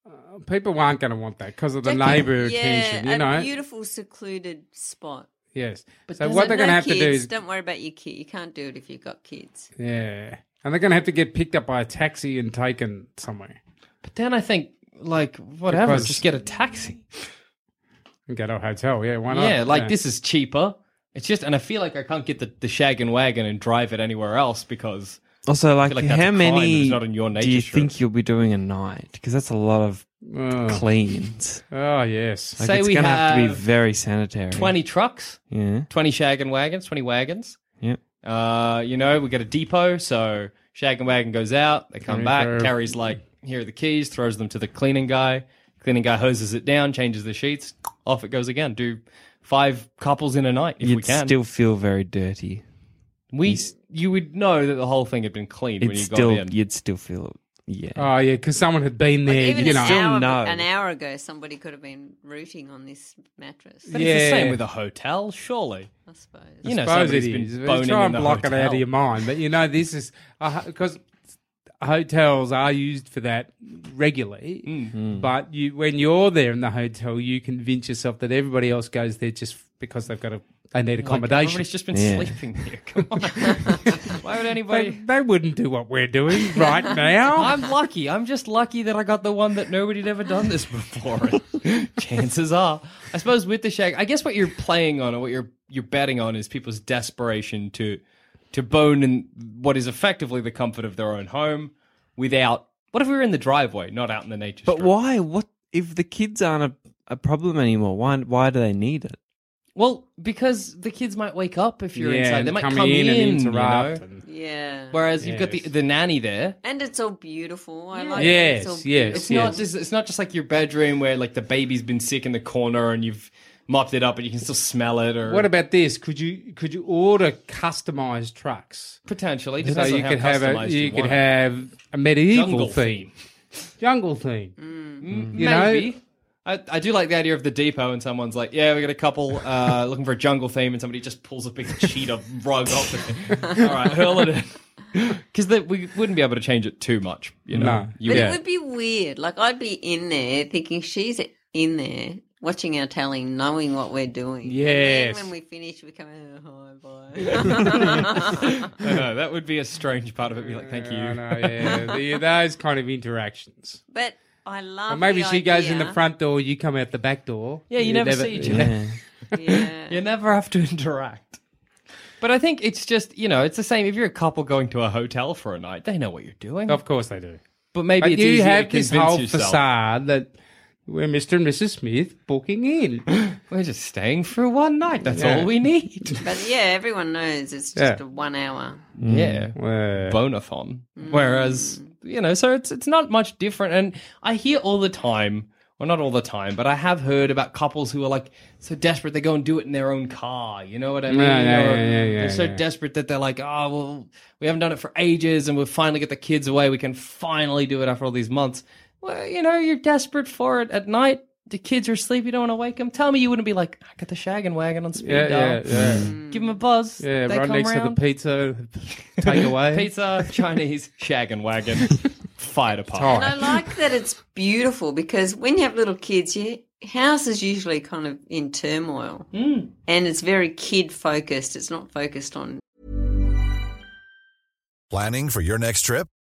[SPEAKER 5] uh, People aren't going to want that because of the neighbour
[SPEAKER 6] yeah,
[SPEAKER 5] attention, you
[SPEAKER 6] a
[SPEAKER 5] know.
[SPEAKER 6] beautiful secluded spot.
[SPEAKER 5] yes.
[SPEAKER 4] But
[SPEAKER 5] So
[SPEAKER 4] does
[SPEAKER 5] what
[SPEAKER 4] it
[SPEAKER 5] they're going to
[SPEAKER 6] No
[SPEAKER 5] have
[SPEAKER 6] kids,
[SPEAKER 5] to do is,
[SPEAKER 6] don't worry about your kid. You can't do it if you've got kids.
[SPEAKER 5] yeah, and they're going to have to get picked up by a taxi and taken somewhere
[SPEAKER 4] But then I think, like, whatever,
[SPEAKER 5] Because-
[SPEAKER 4] just get a taxi.
[SPEAKER 5] and go to a hotel. Yeah, why not?
[SPEAKER 4] Yeah, like this is cheaper. It's just, and I feel like I can't get the, the shag and wagon and drive it anywhere else because
[SPEAKER 7] Also, like,
[SPEAKER 4] like that's a
[SPEAKER 7] how
[SPEAKER 4] crime that
[SPEAKER 7] many
[SPEAKER 4] it's not in your nature
[SPEAKER 7] do you
[SPEAKER 4] strip.
[SPEAKER 7] think you'll be doing a night? Because that's a lot of
[SPEAKER 5] Oh,
[SPEAKER 7] cleans.
[SPEAKER 5] oh, yes.
[SPEAKER 7] Like,
[SPEAKER 4] Say
[SPEAKER 7] it's
[SPEAKER 4] we
[SPEAKER 7] going to have to be
[SPEAKER 4] have
[SPEAKER 7] very sanitary.
[SPEAKER 4] 20 trucks,
[SPEAKER 7] Yeah.
[SPEAKER 4] 20 shag and wagons, 20 wagons.
[SPEAKER 7] Yeah.
[SPEAKER 4] Uh, you know, we got a depot, so shag and wagon goes out, they come
[SPEAKER 5] Very
[SPEAKER 4] back,
[SPEAKER 5] fair.
[SPEAKER 4] carries like, here are the keys, throws them to the cleaning guy. Cleaning guy hoses it down, changes the sheets, off it goes again. Do five couples in a night if we
[SPEAKER 7] You'd
[SPEAKER 4] can.
[SPEAKER 7] still feel very dirty.
[SPEAKER 4] we, you would know that the whole thing had been cleaned when
[SPEAKER 7] It's
[SPEAKER 4] you got
[SPEAKER 7] still,
[SPEAKER 4] in. Uh,
[SPEAKER 7] you'd still feel, yeah.
[SPEAKER 5] Oh, yeah, because someone had been there,
[SPEAKER 6] Even
[SPEAKER 5] you
[SPEAKER 6] an,
[SPEAKER 5] know.
[SPEAKER 6] hour,
[SPEAKER 7] know.
[SPEAKER 6] an hour ago, somebody could have been rooting on this mattress.
[SPEAKER 4] But it's the
[SPEAKER 5] Yeah.
[SPEAKER 4] same with a hotel, surely.
[SPEAKER 6] I suppose.
[SPEAKER 4] You know,
[SPEAKER 5] suppose it
[SPEAKER 4] somebody's been
[SPEAKER 5] is.
[SPEAKER 4] boning
[SPEAKER 5] Try
[SPEAKER 4] in
[SPEAKER 5] and
[SPEAKER 4] the
[SPEAKER 5] block it out
[SPEAKER 4] hotel.
[SPEAKER 5] of your mind, but you know this is because hotels are used for that regularly.
[SPEAKER 4] Mm-hmm.
[SPEAKER 5] But you, when you're there in the hotel, you convince yourself that everybody else goes there just because they've got a they need
[SPEAKER 4] Like,
[SPEAKER 5] accommodation.
[SPEAKER 4] everybody's just been
[SPEAKER 7] Yeah.
[SPEAKER 4] sleeping here. Come on. Why would
[SPEAKER 5] they,
[SPEAKER 4] anybody?
[SPEAKER 5] they wouldn't do what we're doing right now.
[SPEAKER 4] I'm lucky. I'm just lucky that I got the one that nobody'd ever done this before. Chances are, I suppose, with the shag, I guess what you're playing on or what you're you're betting on is people's desperation to to bone in what is effectively the comfort of their own home without. What if we were in the driveway, not out in the nature?
[SPEAKER 7] But
[SPEAKER 4] strip?
[SPEAKER 7] why? What if the kids aren't a, a problem anymore? Why? Why do they need it?
[SPEAKER 4] Well, because the kids might wake up if you're
[SPEAKER 5] Yeah,
[SPEAKER 4] inside.
[SPEAKER 5] and
[SPEAKER 4] They might
[SPEAKER 5] come
[SPEAKER 4] come in,
[SPEAKER 5] and
[SPEAKER 4] you know?
[SPEAKER 5] interrupt. and-
[SPEAKER 6] Yeah.
[SPEAKER 4] Whereas you've got the,
[SPEAKER 5] Yes.
[SPEAKER 4] the nanny there.
[SPEAKER 6] and it's all beautiful. I like
[SPEAKER 5] Yes,
[SPEAKER 6] it. It's all
[SPEAKER 5] yes,
[SPEAKER 4] It's
[SPEAKER 6] beautiful.
[SPEAKER 4] not just it's not just like your bedroom where like the baby's been sick in the corner and you've mopped it up and you can still smell it or
[SPEAKER 5] What about this? Could you could you order customized trucks?
[SPEAKER 4] potentially.
[SPEAKER 5] So
[SPEAKER 4] Depends
[SPEAKER 5] you
[SPEAKER 4] on
[SPEAKER 5] could
[SPEAKER 4] how
[SPEAKER 5] have a
[SPEAKER 4] customized
[SPEAKER 5] you,
[SPEAKER 4] you
[SPEAKER 5] could
[SPEAKER 4] want it.
[SPEAKER 5] have a medieval
[SPEAKER 4] jungle
[SPEAKER 5] theme,
[SPEAKER 4] theme.
[SPEAKER 5] jungle theme. Mm. You
[SPEAKER 4] Mm. Maybe.
[SPEAKER 5] know,
[SPEAKER 4] I, I do like the idea of the depot and someone's like, yeah, we got a couple uh, looking for a jungle theme and somebody just pulls a big sheet of rug off it. All right, hurl it in. Because we wouldn't be able to change it too much, you know.
[SPEAKER 5] No.
[SPEAKER 4] You would
[SPEAKER 6] But it would be weird. Like I'd be in there thinking she's in there watching our tally, knowing what we're doing. And then
[SPEAKER 5] Yes.
[SPEAKER 6] when we finish, we come "Oh, in high bye.
[SPEAKER 4] I know, that would be a strange part of it. Be like, thank you.
[SPEAKER 5] I know, yeah, the, those kind of interactions.
[SPEAKER 6] but I love.
[SPEAKER 5] Or maybe
[SPEAKER 6] the
[SPEAKER 5] she goes in the
[SPEAKER 6] idea.
[SPEAKER 5] front door, you come out the back door.
[SPEAKER 4] Yeah, you never see each other.
[SPEAKER 7] Yeah.
[SPEAKER 6] Yeah.
[SPEAKER 4] You never have to interact. But I think it's just, you know, it's the same. If you're a couple going to a hotel for a night, they know what you're doing.
[SPEAKER 5] Of course they do.
[SPEAKER 4] But maybe
[SPEAKER 5] But
[SPEAKER 4] it's
[SPEAKER 5] you
[SPEAKER 4] easier
[SPEAKER 5] have
[SPEAKER 4] to
[SPEAKER 5] this
[SPEAKER 4] convince
[SPEAKER 5] whole
[SPEAKER 4] yourself.
[SPEAKER 5] facade that we're Mr. and Mrs. Smith booking in.
[SPEAKER 4] We're just staying for one night. That's
[SPEAKER 5] Yeah.
[SPEAKER 4] all we need.
[SPEAKER 6] But yeah, everyone knows it's just
[SPEAKER 5] Yeah.
[SPEAKER 6] a one hour.
[SPEAKER 5] Mm.
[SPEAKER 4] Yeah.
[SPEAKER 5] Well,
[SPEAKER 4] Bonafon.
[SPEAKER 5] Mm.
[SPEAKER 4] Whereas, you know, so it's it's not much different. And I hear all the time, well, not all the time, but I have heard about couples who are like so desperate they go and do it in their own car. You know what I mean?
[SPEAKER 5] yeah, yeah,
[SPEAKER 4] Or
[SPEAKER 5] yeah, yeah,
[SPEAKER 4] they're so
[SPEAKER 5] yeah.
[SPEAKER 4] desperate that they're like, oh, well, we haven't done it for ages and we'll finally get the kids away. We can finally do it after all these months. Well, you know, you're desperate for it at night. The kids are asleep. You don't want to wake them. Tell me you wouldn't be like, I got the shaggin' wagon on speed
[SPEAKER 5] yeah,
[SPEAKER 4] dial.
[SPEAKER 5] yeah, yeah.
[SPEAKER 4] Give them a buzz.
[SPEAKER 5] Yeah,
[SPEAKER 4] They
[SPEAKER 5] right
[SPEAKER 4] come
[SPEAKER 5] next
[SPEAKER 4] round.
[SPEAKER 5] to the pizza takeaway.
[SPEAKER 4] Pizza, Chinese, shag and wagon, fight
[SPEAKER 5] All
[SPEAKER 4] apart.
[SPEAKER 6] And I
[SPEAKER 5] right.
[SPEAKER 6] like that it's beautiful because when you have little kids, your house is usually kind of in turmoil.
[SPEAKER 5] Hmm.
[SPEAKER 6] Mm. And it's very kid focused. It's not focused on
[SPEAKER 8] Planning for your next trip?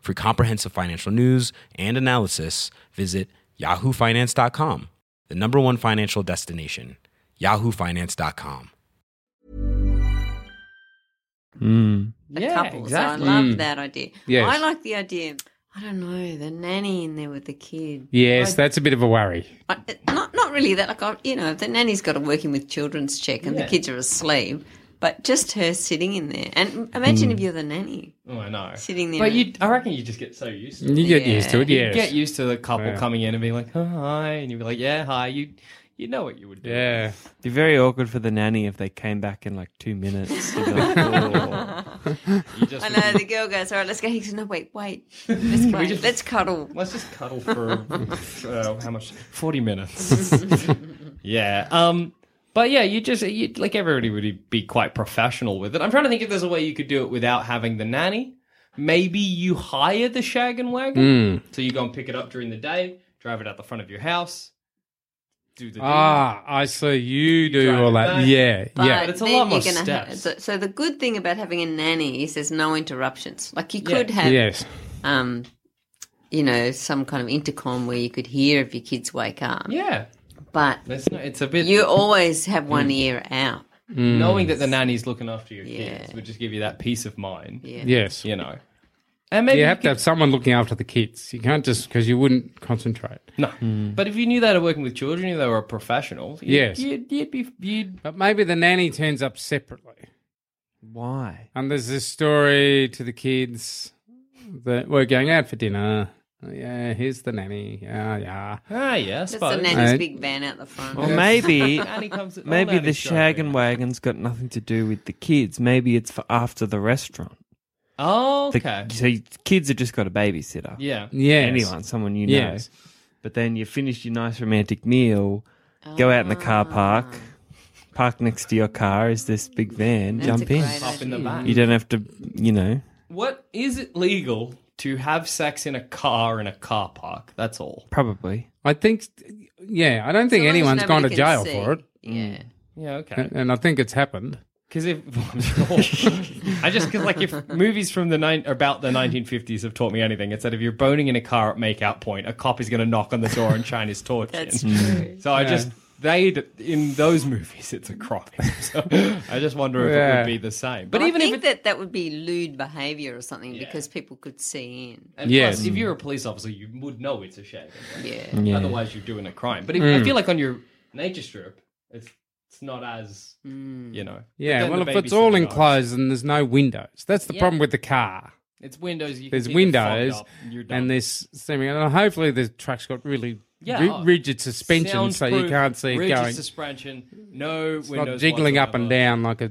[SPEAKER 2] For comprehensive financial news and analysis, visit yahoofinance.com, the number one financial destination, yahoofinance.com.
[SPEAKER 4] Hmm.
[SPEAKER 7] Mm.
[SPEAKER 6] the
[SPEAKER 4] Yeah,
[SPEAKER 6] couples.
[SPEAKER 4] exactly.
[SPEAKER 6] I love
[SPEAKER 5] Mm.
[SPEAKER 6] that idea.
[SPEAKER 5] Yes.
[SPEAKER 6] I like the idea. I don't know the nanny in there with the kid.
[SPEAKER 5] Yes, that's a bit of a worry.
[SPEAKER 6] I, not not really that. Like I, you know, the nanny's got a working with children's check, and the kids are asleep. But just her sitting in there, and imagine
[SPEAKER 4] Mm.
[SPEAKER 6] if you're the nanny
[SPEAKER 4] Oh, I know.
[SPEAKER 6] sitting there.
[SPEAKER 4] But you, I reckon you just get so used to it.
[SPEAKER 5] You get used to it,
[SPEAKER 4] You
[SPEAKER 5] yes.
[SPEAKER 4] get used to the couple
[SPEAKER 5] Yeah.
[SPEAKER 4] coming in and being like, oh, hi. And you'd be like, yeah, hi. You you know what you would do.
[SPEAKER 5] yeah.
[SPEAKER 7] Be very awkward for the nanny if they came back in like two minutes. You'd be like, "Oh."
[SPEAKER 4] You just,
[SPEAKER 6] I know the girl goes, "All right, let's go." He goes, "No, wait, wait, let's wait.
[SPEAKER 4] just-
[SPEAKER 6] let's cuddle."
[SPEAKER 4] Let's just cuddle for uh, how much? 40 minutes. yeah. Um, but yeah, you just, you, like, everybody would be quite professional with it. I'm trying to think if there's a way you could do it without having the nanny. Maybe you hire the shag and wagon.
[SPEAKER 5] Hmm.
[SPEAKER 4] So you go and pick it up during the day, drive it out the front of your house, do the deed.
[SPEAKER 5] Ah, I see. You do
[SPEAKER 4] drive
[SPEAKER 5] all
[SPEAKER 4] it
[SPEAKER 5] that.
[SPEAKER 4] back.
[SPEAKER 5] Yeah, yeah.
[SPEAKER 4] But it's a
[SPEAKER 6] then
[SPEAKER 4] lot more
[SPEAKER 6] you're gonna
[SPEAKER 4] steps.
[SPEAKER 6] have- so, so the good thing about having a nanny is there's no interruptions. Like you
[SPEAKER 4] Yeah.
[SPEAKER 6] could have,
[SPEAKER 5] yes.
[SPEAKER 6] um, you know, some kind of intercom where you could hear if your kids wake up.
[SPEAKER 4] Yeah,
[SPEAKER 6] But
[SPEAKER 4] that's not, it's a bit
[SPEAKER 6] you always have one
[SPEAKER 5] Mm.
[SPEAKER 6] ear out.
[SPEAKER 4] knowing
[SPEAKER 5] Hmm.
[SPEAKER 4] that the nanny's looking after your kids
[SPEAKER 6] Yeah.
[SPEAKER 4] would just give you that peace of mind.
[SPEAKER 6] Yeah.
[SPEAKER 5] Yes.
[SPEAKER 4] You know, and maybe
[SPEAKER 5] You
[SPEAKER 4] you
[SPEAKER 5] have to
[SPEAKER 4] could-
[SPEAKER 5] have someone looking after the kids. You can't just because you wouldn't concentrate.
[SPEAKER 4] no.
[SPEAKER 7] Hmm.
[SPEAKER 4] But if you knew they were working with children, you they were a professional. You'd,
[SPEAKER 5] Yes.
[SPEAKER 4] you'd, you'd be you'd.
[SPEAKER 5] But maybe the nanny turns up separately,
[SPEAKER 7] Why?
[SPEAKER 5] and there's this story to the kids that we're going out for dinner. Oh, yeah, here's the nanny. Yeah, yeah.
[SPEAKER 4] Ah, yeah, I
[SPEAKER 6] That's the
[SPEAKER 4] suppose.
[SPEAKER 6] nanny's
[SPEAKER 5] Right.
[SPEAKER 6] big van out the front.
[SPEAKER 7] Or maybe
[SPEAKER 4] Nanny comes. all
[SPEAKER 7] maybe the
[SPEAKER 4] nannies drive
[SPEAKER 7] shag
[SPEAKER 4] in.
[SPEAKER 7] and wagon's got nothing to do with the kids. Maybe it's for after the restaurant.
[SPEAKER 4] Oh,
[SPEAKER 7] The,
[SPEAKER 4] okay.
[SPEAKER 7] So you- kids have just got a babysitter.
[SPEAKER 4] Yeah.
[SPEAKER 5] Yes.
[SPEAKER 7] Anyone, someone you know.
[SPEAKER 5] Yes.
[SPEAKER 7] But then you finish your nice romantic meal, go out in the car
[SPEAKER 6] Ah.
[SPEAKER 7] park, park next to your car is this big van,
[SPEAKER 6] That's a
[SPEAKER 7] jump in.
[SPEAKER 6] great
[SPEAKER 4] Up in the
[SPEAKER 6] idea.
[SPEAKER 4] back.
[SPEAKER 7] You don't have to, you know,
[SPEAKER 4] What is it legal to have sex in a car in a car park? That's all.
[SPEAKER 7] Probably.
[SPEAKER 5] I think, yeah, I don't think
[SPEAKER 6] As long as
[SPEAKER 5] anyone's gone to
[SPEAKER 6] nobody can
[SPEAKER 5] jail
[SPEAKER 6] see.
[SPEAKER 5] for it,
[SPEAKER 4] Mm.
[SPEAKER 6] Yeah.
[SPEAKER 4] Yeah, okay.
[SPEAKER 5] and, and I think it's happened.
[SPEAKER 4] Because if I'm sure. I just because like if movies from the nine about the 1950s have taught me anything, it's that if you're boning in a car at makeout point, a cop is going to knock on the door and shine his torch
[SPEAKER 6] That's
[SPEAKER 4] in.
[SPEAKER 6] true.
[SPEAKER 4] So I just they d- in those movies it's a crime. So I just wonder if it
[SPEAKER 5] Yeah.
[SPEAKER 4] would be the same. But
[SPEAKER 6] I
[SPEAKER 4] even if
[SPEAKER 6] think
[SPEAKER 4] it,
[SPEAKER 6] that that would be lewd behavior or something because people could see in.
[SPEAKER 4] and
[SPEAKER 5] Yes. Mm.
[SPEAKER 4] plus, if you're a police officer, you would know it's a shaven. right?
[SPEAKER 6] Yeah.
[SPEAKER 4] Otherwise, you're doing a crime. But if,
[SPEAKER 5] Mm.
[SPEAKER 4] I feel like on your nature strip, it's it's not as you know. But
[SPEAKER 5] Yeah,
[SPEAKER 4] then
[SPEAKER 5] well,
[SPEAKER 4] the
[SPEAKER 5] if it's
[SPEAKER 4] babysitter
[SPEAKER 5] all
[SPEAKER 4] dies.
[SPEAKER 5] enclosed and there's no windows, that's the
[SPEAKER 6] Yeah.
[SPEAKER 5] problem with the car.
[SPEAKER 4] it's windows. You can
[SPEAKER 5] There's
[SPEAKER 4] see the fog
[SPEAKER 5] windows
[SPEAKER 4] up, you're done.
[SPEAKER 5] and there's steaming, and hopefully the truck's got really
[SPEAKER 4] Yeah,
[SPEAKER 5] ri-
[SPEAKER 4] oh,
[SPEAKER 5] rigid suspension, so you
[SPEAKER 4] Soundproof,
[SPEAKER 5] can't see it
[SPEAKER 4] rigid
[SPEAKER 5] going.
[SPEAKER 4] suspension, no
[SPEAKER 5] It's
[SPEAKER 4] windows.
[SPEAKER 5] not jiggling up and
[SPEAKER 4] whatsoever.
[SPEAKER 5] down like a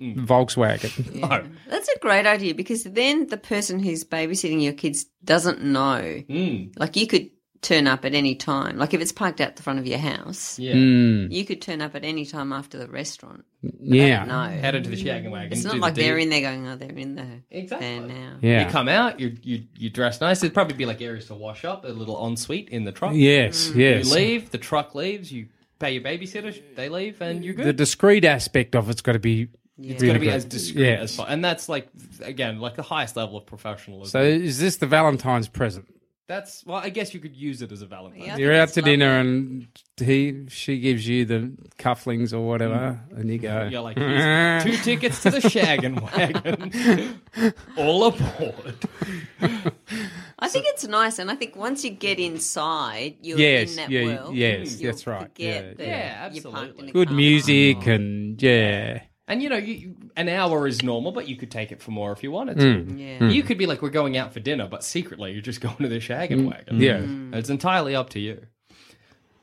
[SPEAKER 4] Mm.
[SPEAKER 5] Volkswagen.
[SPEAKER 4] No.
[SPEAKER 6] That's a great idea because then the person who's babysitting your kids doesn't know.
[SPEAKER 4] Mm,
[SPEAKER 6] Like you could turn up at any time. Like if it's parked out the front of your house,
[SPEAKER 4] yeah.
[SPEAKER 5] Mm,
[SPEAKER 6] you could turn up at any time after the restaurant.
[SPEAKER 5] yeah,
[SPEAKER 6] No.
[SPEAKER 4] Head into the shagging wagon.
[SPEAKER 6] It's not
[SPEAKER 4] do the
[SPEAKER 6] like they're
[SPEAKER 4] deed.
[SPEAKER 6] in there going, oh, they're in there.
[SPEAKER 4] Exactly.
[SPEAKER 6] There now.
[SPEAKER 4] You
[SPEAKER 5] yeah,
[SPEAKER 4] come out, you you you dress nice. There'd probably be like areas to wash up, a little ensuite in the truck.
[SPEAKER 5] yes,
[SPEAKER 4] Mm. You
[SPEAKER 5] yes.
[SPEAKER 4] leave, the truck leaves, you pay your babysitter, they leave, and you're
[SPEAKER 5] The
[SPEAKER 4] good.
[SPEAKER 5] discreet aspect of it's got to be
[SPEAKER 4] it's
[SPEAKER 5] really
[SPEAKER 4] got to be
[SPEAKER 5] good.
[SPEAKER 4] as discreet
[SPEAKER 5] Yeah.
[SPEAKER 4] as possible. And that's like, again, like the highest level of professionalism.
[SPEAKER 5] So is this the Valentine's present?
[SPEAKER 4] that's, well, I guess you could use it as a Valentine.
[SPEAKER 6] Yeah. I
[SPEAKER 5] You're
[SPEAKER 6] think
[SPEAKER 5] out
[SPEAKER 6] it's
[SPEAKER 5] to dinner and he she gives you the cufflings or whatever, and you go.
[SPEAKER 4] Mm.
[SPEAKER 5] "Mm,
[SPEAKER 4] You're like, here's two tickets to the shaggin' wagon. All aboard.
[SPEAKER 6] I think it's nice. And I think once you get inside, you're
[SPEAKER 5] Mm-hmm. yes,
[SPEAKER 6] in that
[SPEAKER 5] yeah,
[SPEAKER 6] world.
[SPEAKER 5] yes,
[SPEAKER 6] You'll
[SPEAKER 5] that's right.
[SPEAKER 6] forget
[SPEAKER 5] Yeah,
[SPEAKER 6] that
[SPEAKER 5] yeah.
[SPEAKER 4] Yeah,
[SPEAKER 6] you're parked
[SPEAKER 4] absolutely.
[SPEAKER 6] in a
[SPEAKER 5] Good
[SPEAKER 6] car.
[SPEAKER 5] music
[SPEAKER 4] Mm.
[SPEAKER 5] and yeah,
[SPEAKER 4] And you know, you, you, an hour is normal, but you could take it for more if you wanted to.
[SPEAKER 5] Hmm.
[SPEAKER 6] Yeah.
[SPEAKER 4] You could be like, we're going out for dinner, but secretly you're just going to the shaggin'
[SPEAKER 5] Hmm.
[SPEAKER 4] wagon.
[SPEAKER 5] yeah.
[SPEAKER 4] It's entirely up to you.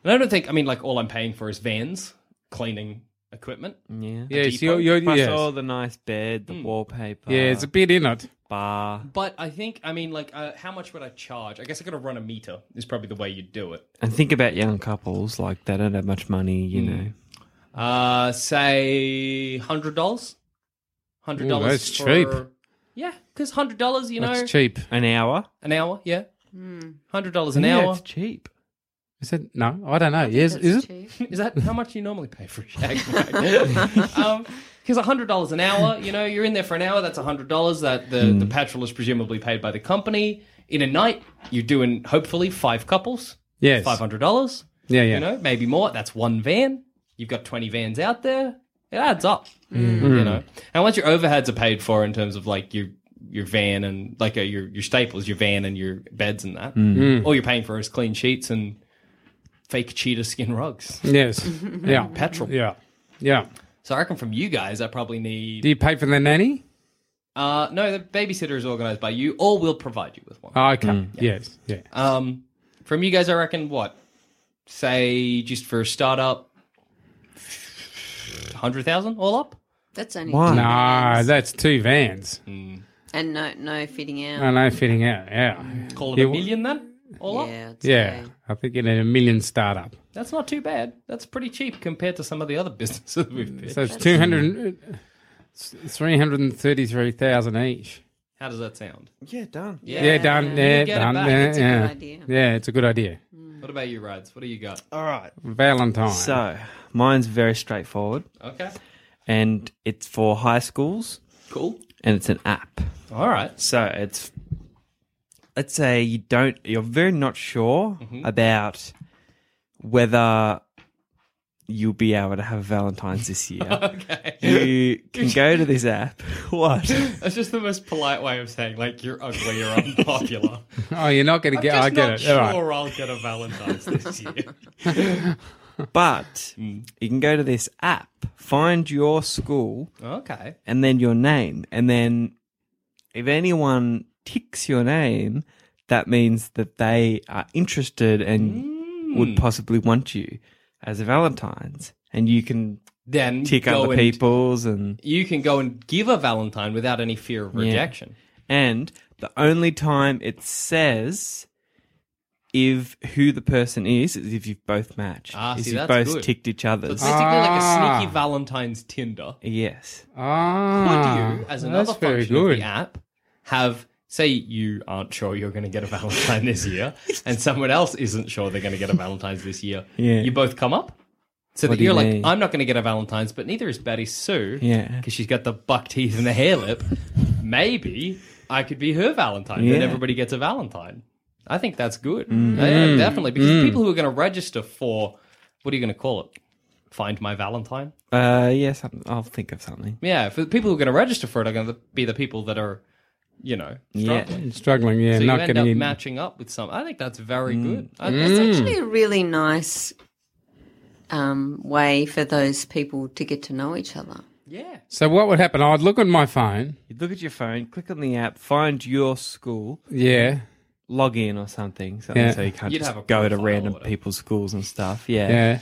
[SPEAKER 4] And I don't think, I mean, like, all I'm paying for is vans, cleaning equipment.
[SPEAKER 5] Hmm.
[SPEAKER 7] Yeah.
[SPEAKER 5] Yes,
[SPEAKER 4] depot?
[SPEAKER 5] you're, you're,
[SPEAKER 7] Plus
[SPEAKER 5] yes.
[SPEAKER 7] all the nice bed,
[SPEAKER 6] Hmm.
[SPEAKER 7] the wallpaper.
[SPEAKER 4] Ah.
[SPEAKER 5] yeah, it's a bit in it.
[SPEAKER 7] bar.
[SPEAKER 4] But I think, I mean, like, uh, how much would I charge? I guess I got to run a meter, is probably the way you'd do it.
[SPEAKER 7] And think about young couples, like they don't have much money, you know.
[SPEAKER 4] Uh, say $100? $100
[SPEAKER 5] Ooh, that's
[SPEAKER 4] for-
[SPEAKER 5] cheap.
[SPEAKER 4] Yeah, because $100, you know,
[SPEAKER 5] That's cheap.
[SPEAKER 7] An hour.
[SPEAKER 4] an hour, yeah. $100 an
[SPEAKER 7] yeah,
[SPEAKER 4] hour.
[SPEAKER 7] It's cheap.
[SPEAKER 5] Is it? No, I don't know. Yes, is it?
[SPEAKER 4] Is that how much you normally pay for a shag ride? Because hundred dollars an hour, you know, you're in there for an hour. That's hundred dollars that the,
[SPEAKER 5] Hmm.
[SPEAKER 4] the petrol is presumably paid by the company. In a night, you're doing hopefully five couples,
[SPEAKER 5] Yes.
[SPEAKER 4] five hundred dollars.
[SPEAKER 5] Yeah, yeah.
[SPEAKER 4] You know, maybe more. That's one van. You've got twenty vans out there. It adds up. You know,
[SPEAKER 5] Hmm.
[SPEAKER 4] and once your overheads are paid for in terms of like your your van and like uh, your your staples, your van and your beds and that,
[SPEAKER 5] Hmm.
[SPEAKER 4] all you're paying for is clean sheets and fake cheetah skin rugs.
[SPEAKER 5] Yes. yeah.
[SPEAKER 4] Petrol.
[SPEAKER 5] Yeah. Yeah.
[SPEAKER 4] So I reckon from you guys, I probably need.
[SPEAKER 5] Do you pay for the nanny?
[SPEAKER 4] Uh, no, the babysitter is organised by you, or we'll provide you with one.
[SPEAKER 5] Oh, okay. Yes. Yeah.
[SPEAKER 4] Um, from you guys, I reckon what? Say just for a startup, hundred thousand all up.
[SPEAKER 6] That's only
[SPEAKER 7] Why?
[SPEAKER 6] two
[SPEAKER 5] No,
[SPEAKER 6] vans.
[SPEAKER 5] Ah, that's two vans.
[SPEAKER 4] Mm.
[SPEAKER 6] and no, no fitting out.
[SPEAKER 5] I know fitting out. Yeah.
[SPEAKER 4] Call it a
[SPEAKER 5] You-
[SPEAKER 4] million then. All up.
[SPEAKER 6] yeah, I'd
[SPEAKER 5] Yeah.
[SPEAKER 6] say.
[SPEAKER 5] I think you need a million startup.
[SPEAKER 4] That's not too bad. That's pretty cheap compared to some of the other businesses we've pitched.
[SPEAKER 5] So it's 200, it's 333,000 each.
[SPEAKER 4] How does that sound?
[SPEAKER 7] Yeah, done.
[SPEAKER 5] Yeah, done. Yeah,
[SPEAKER 4] You get it
[SPEAKER 5] done.
[SPEAKER 4] back.
[SPEAKER 5] Yeah,
[SPEAKER 4] It's
[SPEAKER 6] a good
[SPEAKER 5] yeah.
[SPEAKER 6] idea.
[SPEAKER 5] Yeah, it's a good idea.
[SPEAKER 4] What about you, Rads? What do you got?
[SPEAKER 7] All right.
[SPEAKER 5] Valentine.
[SPEAKER 7] So mine's very straightforward,
[SPEAKER 4] Okay.
[SPEAKER 7] and it's for high schools,
[SPEAKER 4] Cool.
[SPEAKER 7] and it's an app.
[SPEAKER 4] All right.
[SPEAKER 7] So it's let's say you don't you're very not sure about whether you'll be able to have Valentine's this year. okay. You can go to this app. What?
[SPEAKER 4] That's just the most polite way of saying like you're ugly or unpopular.
[SPEAKER 5] oh, you're not going to
[SPEAKER 4] I'm
[SPEAKER 5] get.
[SPEAKER 4] just
[SPEAKER 5] I get
[SPEAKER 4] not
[SPEAKER 5] it.
[SPEAKER 4] sure
[SPEAKER 5] All right.
[SPEAKER 4] I'll get a Valentine's this year.
[SPEAKER 7] But you can go to this app, find your school
[SPEAKER 4] okay.
[SPEAKER 7] and then your name. And then if anyone ticks your name, that means that they are interested and
[SPEAKER 4] Mm.
[SPEAKER 7] would possibly want you as a Valentine's. And you can
[SPEAKER 4] Then
[SPEAKER 7] tick
[SPEAKER 4] go
[SPEAKER 7] other
[SPEAKER 4] and-
[SPEAKER 7] people's and
[SPEAKER 4] You can go and give a Valentine without any fear of rejection.
[SPEAKER 7] and the only time it says if who the person is is if you've both matched.
[SPEAKER 4] Ah,
[SPEAKER 7] is
[SPEAKER 4] see,
[SPEAKER 7] you've
[SPEAKER 4] that's
[SPEAKER 7] both
[SPEAKER 4] good.
[SPEAKER 7] ticked each
[SPEAKER 4] So
[SPEAKER 7] other's.
[SPEAKER 4] it's basically like a
[SPEAKER 5] Ah.
[SPEAKER 4] sneaky Valentine's Tinder.
[SPEAKER 7] yes.
[SPEAKER 4] Could
[SPEAKER 5] Ah,
[SPEAKER 4] you, as another
[SPEAKER 5] that's very
[SPEAKER 4] function of
[SPEAKER 5] good.
[SPEAKER 4] the app, have say you aren't sure you're going to get a Valentine this year, and someone else isn't sure they're going to get a Valentine's this year.
[SPEAKER 7] Yeah.
[SPEAKER 4] You both come up. So
[SPEAKER 7] What
[SPEAKER 4] that
[SPEAKER 7] do you
[SPEAKER 4] you're like,
[SPEAKER 7] mean?
[SPEAKER 4] I'm not going to get a Valentine's, but neither is Betty Sue.
[SPEAKER 7] Yeah.
[SPEAKER 4] Because she's got the buck teeth and the hair lip. Maybe I could be her Valentine. Then
[SPEAKER 7] Yeah.
[SPEAKER 4] everybody gets a Valentine. I think that's good. Yeah, definitely. Because people who are going to register for, what are you going to call it? Find my Valentine?
[SPEAKER 7] Uh, yeah, something, I'll think of something.
[SPEAKER 4] Yeah. For the people who are going to register for it are going to be the people that are, you know,
[SPEAKER 7] Yeah.
[SPEAKER 4] struggling.
[SPEAKER 5] Struggling, yeah,
[SPEAKER 4] So you
[SPEAKER 5] not
[SPEAKER 4] end
[SPEAKER 5] getting
[SPEAKER 4] up
[SPEAKER 5] in.
[SPEAKER 4] matching up with some. I think that's very good. I,
[SPEAKER 6] It's
[SPEAKER 5] Hmm.
[SPEAKER 6] actually a really nice um, way for those people to get to know each other.
[SPEAKER 4] Yeah.
[SPEAKER 5] so what would happen? I'd look on my phone.
[SPEAKER 7] You look at your phone, click on the app, find your school,
[SPEAKER 5] Yeah,
[SPEAKER 7] log in or something, something
[SPEAKER 5] Yeah.
[SPEAKER 7] so you can't
[SPEAKER 4] You'd have a
[SPEAKER 7] just go to
[SPEAKER 4] profile or
[SPEAKER 7] random
[SPEAKER 4] whatever.
[SPEAKER 7] people's schools and stuff. Yeah.
[SPEAKER 5] yeah.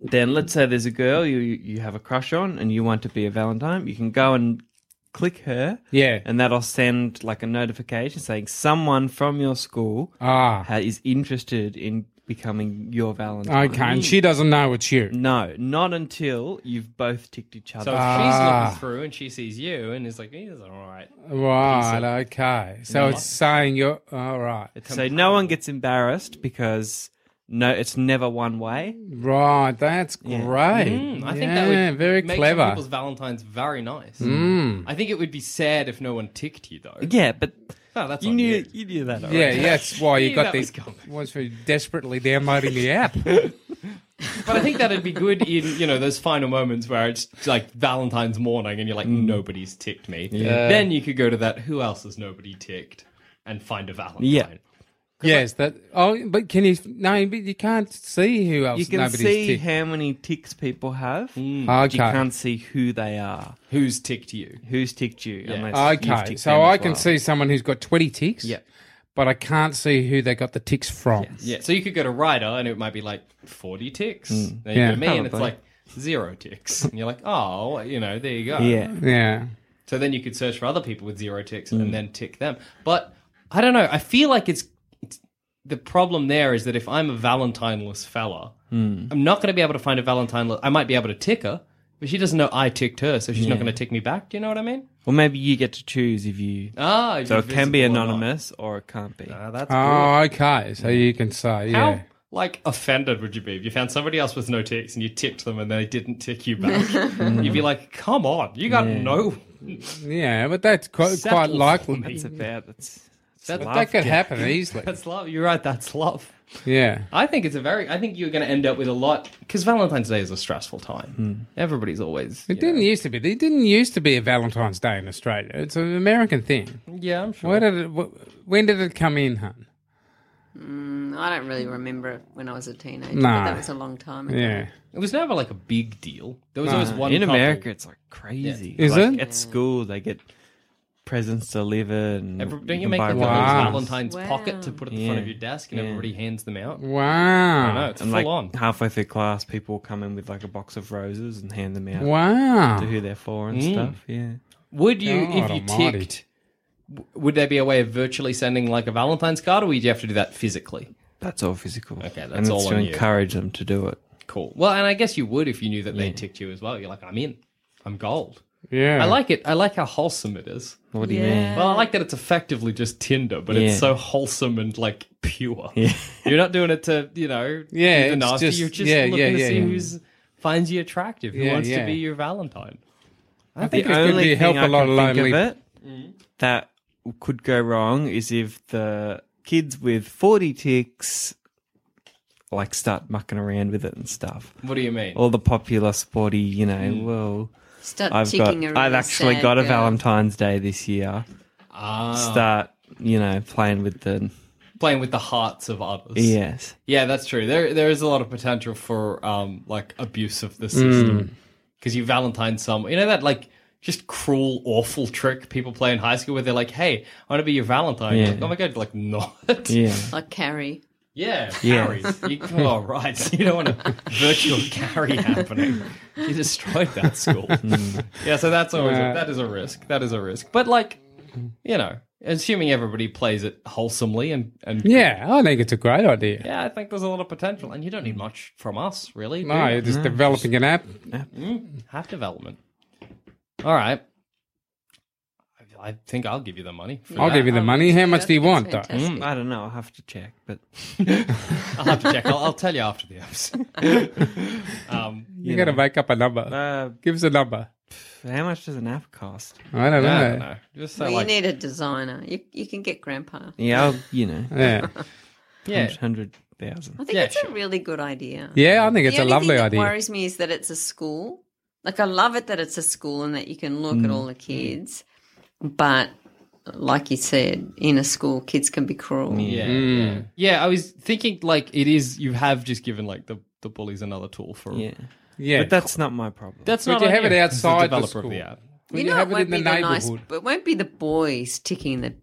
[SPEAKER 7] Then let's say there's a girl you you have a crush on and you want to be a Valentine, you can go and click her.
[SPEAKER 5] Yeah.
[SPEAKER 7] And that'll send like a notification saying someone from your school
[SPEAKER 5] Ah,
[SPEAKER 7] ha- is interested in becoming your Valentine.
[SPEAKER 5] okay. And she doesn't know it's you.
[SPEAKER 7] No, not until you've both ticked each
[SPEAKER 4] So
[SPEAKER 7] other.
[SPEAKER 4] if
[SPEAKER 5] Ah.
[SPEAKER 4] she's looking through and she sees you and is like, he's all right.
[SPEAKER 5] Right. Okay. So it's saying you're all right.
[SPEAKER 7] so no one gets embarrassed because no, it's never one way.
[SPEAKER 5] Right. That's great.
[SPEAKER 4] Mm, I
[SPEAKER 5] yeah,
[SPEAKER 4] think that would
[SPEAKER 5] very
[SPEAKER 4] make some
[SPEAKER 5] clever. Hmm.
[SPEAKER 4] people's Valentine's very nice. I think it would be sad if no one ticked you though.
[SPEAKER 7] Yeah, but
[SPEAKER 4] No, that's
[SPEAKER 7] you
[SPEAKER 4] on
[SPEAKER 7] knew you knew that. Already.
[SPEAKER 5] Yeah, yeah, that's why you
[SPEAKER 4] Knew
[SPEAKER 5] got
[SPEAKER 4] that was
[SPEAKER 5] these.
[SPEAKER 4] coming.
[SPEAKER 5] Was for desperately downloading the app.
[SPEAKER 4] But I think that'd be good in you know those final moments where it's like Valentine's morning and you're like
[SPEAKER 5] Hmm.
[SPEAKER 4] nobody's ticked me. Then you could go to that who else has nobody ticked and find a Valentine.
[SPEAKER 7] Yeah.
[SPEAKER 5] yes, that. Oh, but can you? No, but you can't see who else.
[SPEAKER 7] You can
[SPEAKER 5] nobody's
[SPEAKER 7] see
[SPEAKER 5] ticked.
[SPEAKER 7] how many ticks people have.
[SPEAKER 5] Okay.
[SPEAKER 7] You can't see who they are,
[SPEAKER 4] Who's ticked you?
[SPEAKER 7] who's ticked you. Unless you've
[SPEAKER 5] Okay,
[SPEAKER 7] ticked
[SPEAKER 5] so
[SPEAKER 7] them
[SPEAKER 5] I
[SPEAKER 7] as
[SPEAKER 5] can
[SPEAKER 7] well.
[SPEAKER 5] see someone who's got twenty ticks.
[SPEAKER 4] Yeah.
[SPEAKER 5] But I can't see who they got the ticks from.
[SPEAKER 4] Yeah. So you could go to Ryder and it might be like forty ticks. Then you
[SPEAKER 5] Hmm. Yeah.
[SPEAKER 4] go to me and it's
[SPEAKER 7] Probably.
[SPEAKER 4] like zero ticks. And you're like, oh, well, you know, there you go.
[SPEAKER 7] Yeah,
[SPEAKER 5] Yeah.
[SPEAKER 4] So then you could search for other people with zero ticks
[SPEAKER 7] Mm.
[SPEAKER 4] and then tick them. But I don't know. I feel like it's, it's the problem there is that if I'm a Valentineless fella,
[SPEAKER 7] Mm.
[SPEAKER 4] I'm not going to be able to find a Valentine. I might be able to tick her, but she doesn't know I ticked her, so she's not going to tick me back. Do you know what I mean?
[SPEAKER 7] or maybe you get to choose if you.
[SPEAKER 4] Ah,
[SPEAKER 7] So
[SPEAKER 4] you're
[SPEAKER 7] it can be
[SPEAKER 4] visible or not.
[SPEAKER 7] anonymous or it can't be.
[SPEAKER 4] Ah, that's
[SPEAKER 5] Oh, okay. So you can say,
[SPEAKER 4] good. How
[SPEAKER 5] yeah.
[SPEAKER 4] like offended would you be if you found somebody else with no ticks and you ticked them and they didn't tick you back? You'd be like, "Come on, you got no."
[SPEAKER 5] Yeah, but that's quite,
[SPEAKER 4] Settle
[SPEAKER 5] quite
[SPEAKER 4] for
[SPEAKER 5] likely.
[SPEAKER 4] me.
[SPEAKER 7] That's about that's.
[SPEAKER 4] That's,
[SPEAKER 5] That could happen easily.
[SPEAKER 4] that's love. You're right. That's love.
[SPEAKER 5] yeah.
[SPEAKER 4] I think it's a very. I think you're going to end up with a lot because Valentine's Day is a stressful time. Everybody's always.
[SPEAKER 5] It didn't used to be. It didn't used to be a Valentine's Day in Australia. It's an American thing.
[SPEAKER 4] Yeah, I'm sure.
[SPEAKER 5] Where did it, wh- when did it come in, hun?
[SPEAKER 6] Mm, I don't really remember it when I was a teenager,
[SPEAKER 5] No.
[SPEAKER 6] but that was a long time ago.
[SPEAKER 5] Yeah.
[SPEAKER 4] It was never like a big deal. There was always one
[SPEAKER 7] in
[SPEAKER 4] couple-
[SPEAKER 7] America, it's like crazy.
[SPEAKER 5] Is
[SPEAKER 7] Like,
[SPEAKER 5] it?
[SPEAKER 7] at school? They get presents delivered. And
[SPEAKER 4] Every, don't
[SPEAKER 7] can
[SPEAKER 4] you make
[SPEAKER 7] buy
[SPEAKER 4] like a
[SPEAKER 7] balloons.
[SPEAKER 5] Wow.
[SPEAKER 4] Valentine's
[SPEAKER 6] Wow.
[SPEAKER 4] pocket to put at the front of
[SPEAKER 7] Yeah.
[SPEAKER 4] your desk, and
[SPEAKER 7] Yeah.
[SPEAKER 4] everybody hands them out? I know
[SPEAKER 5] Wow.
[SPEAKER 4] it's
[SPEAKER 7] And
[SPEAKER 4] full
[SPEAKER 7] like
[SPEAKER 4] on.
[SPEAKER 7] halfway through class, people come in with like a box of roses and hand them out to
[SPEAKER 5] Wow.
[SPEAKER 7] who they're for and stuff. Yeah.
[SPEAKER 4] Would you, if
[SPEAKER 5] God
[SPEAKER 4] you
[SPEAKER 5] almighty.
[SPEAKER 4] ticked, w- would there be a way of virtually sending like a Valentine's card, or would you have to do that physically?
[SPEAKER 7] That's all physical.
[SPEAKER 4] Okay, that's
[SPEAKER 7] and it's
[SPEAKER 4] all
[SPEAKER 7] to
[SPEAKER 4] on you.
[SPEAKER 7] encourage them to do it.
[SPEAKER 4] Cool. Well, and I guess you would if you knew that they ticked you as well. You're like, I'm in. I'm gold.
[SPEAKER 5] Yeah.
[SPEAKER 4] I like it. I like how wholesome it is.
[SPEAKER 7] What do you mean?
[SPEAKER 4] Well, I like that it's effectively just Tinder, but it's
[SPEAKER 7] Yeah.
[SPEAKER 4] so wholesome and like pure. You're not doing it to, you know,
[SPEAKER 5] Yeah,
[SPEAKER 4] do the
[SPEAKER 5] it's
[SPEAKER 4] nasty.
[SPEAKER 5] just-
[SPEAKER 4] You're just
[SPEAKER 5] yeah,
[SPEAKER 4] looking
[SPEAKER 5] yeah,
[SPEAKER 4] to
[SPEAKER 5] yeah,
[SPEAKER 4] see
[SPEAKER 5] yeah.
[SPEAKER 4] who's finds you attractive, who
[SPEAKER 5] Yeah,
[SPEAKER 4] wants to
[SPEAKER 5] yeah.
[SPEAKER 4] be your Valentine.
[SPEAKER 5] I
[SPEAKER 7] The
[SPEAKER 5] think it's going
[SPEAKER 7] only
[SPEAKER 5] to help
[SPEAKER 7] thing I
[SPEAKER 5] a lot of
[SPEAKER 7] can think
[SPEAKER 5] lonely.
[SPEAKER 7] of it that could go wrong is if the kids with forty ticks like start mucking around with it and stuff.
[SPEAKER 4] What do you mean?
[SPEAKER 7] All the popular sporty, you know, well,
[SPEAKER 6] Start
[SPEAKER 7] I've got,
[SPEAKER 6] ticking a
[SPEAKER 7] I've
[SPEAKER 6] really
[SPEAKER 7] actually
[SPEAKER 6] sad
[SPEAKER 7] got a
[SPEAKER 6] girl.
[SPEAKER 7] Valentine's Day this year.
[SPEAKER 4] ah,
[SPEAKER 7] Start, you know, playing with the
[SPEAKER 4] playing with the hearts of others.
[SPEAKER 7] yes.
[SPEAKER 4] Yeah, that's true. There, there is a lot of potential for um, like abuse of the
[SPEAKER 5] Mm.
[SPEAKER 4] system because you Valentine someone. You know that like just cruel, awful trick people play in high school where they're like, "Hey, I want to be your Valentine." You're
[SPEAKER 7] Yeah.
[SPEAKER 4] like, oh my god, you're like not.
[SPEAKER 7] Yeah.
[SPEAKER 6] Like Carrie.
[SPEAKER 4] Yeah,
[SPEAKER 7] Yeah.
[SPEAKER 4] carry. You, oh, right. You don't want a virtual carry happening. You destroyed that school.
[SPEAKER 5] Hmm.
[SPEAKER 4] yeah, so that's always
[SPEAKER 5] Uh,
[SPEAKER 4] a, that is a risk. That is a risk. But like, you know, assuming everybody plays it wholesomely and and
[SPEAKER 5] Yeah, I think it's a great idea.
[SPEAKER 4] yeah, I think there's a lot of potential, and you don't need much from us, really. do Hmm?
[SPEAKER 5] No,
[SPEAKER 4] you?
[SPEAKER 5] you're just developing an app.
[SPEAKER 4] Have development. All right. I- I think I'll give you the money. For
[SPEAKER 5] I'll
[SPEAKER 4] that.
[SPEAKER 5] give you the
[SPEAKER 6] Oh,
[SPEAKER 5] money. How much
[SPEAKER 6] that's
[SPEAKER 5] do you want, though?
[SPEAKER 6] fantastic.
[SPEAKER 7] Mm, Hmm, I don't know. I'll have to check. But
[SPEAKER 4] I'll have to check. I'll, I'll tell you after the episode. um,
[SPEAKER 5] You got to make up a number.
[SPEAKER 7] uh,
[SPEAKER 5] Give us a number.
[SPEAKER 7] how much does an app cost?
[SPEAKER 5] I don't
[SPEAKER 4] yeah, I
[SPEAKER 5] know.
[SPEAKER 4] don't know. Just say
[SPEAKER 6] Well,
[SPEAKER 4] like,
[SPEAKER 6] you need a designer. You, you can get grandpa.
[SPEAKER 7] Yeah, I'll, you know,
[SPEAKER 5] Yeah,
[SPEAKER 4] yeah,
[SPEAKER 7] hundred thousand.
[SPEAKER 6] I think
[SPEAKER 4] Yeah,
[SPEAKER 6] it's
[SPEAKER 4] sure.
[SPEAKER 6] a really good idea.
[SPEAKER 5] yeah. I think it's
[SPEAKER 6] the
[SPEAKER 5] a
[SPEAKER 6] only
[SPEAKER 5] lovely
[SPEAKER 6] thing
[SPEAKER 5] idea.
[SPEAKER 6] That worries me is that it's a school. Like I love it that it's a school and that you can look at
[SPEAKER 5] Mm.
[SPEAKER 6] all the kids, but like you said, in a school, kids can be cruel.
[SPEAKER 4] yeah, yeah, yeah. I was thinking like it is. You have just given like the the bullies another tool for.
[SPEAKER 7] Yeah,
[SPEAKER 5] yeah,
[SPEAKER 7] but that's not my problem.
[SPEAKER 4] That's
[SPEAKER 5] Would
[SPEAKER 4] not
[SPEAKER 5] you
[SPEAKER 4] on
[SPEAKER 5] have it
[SPEAKER 4] It's
[SPEAKER 5] outside the
[SPEAKER 4] developer of the
[SPEAKER 5] school?
[SPEAKER 4] app.
[SPEAKER 5] Well,
[SPEAKER 6] you know,
[SPEAKER 5] have
[SPEAKER 6] it won't
[SPEAKER 5] it
[SPEAKER 6] be
[SPEAKER 5] in the
[SPEAKER 6] the nice.
[SPEAKER 5] neighborhood.
[SPEAKER 6] It won't be the boys ticking the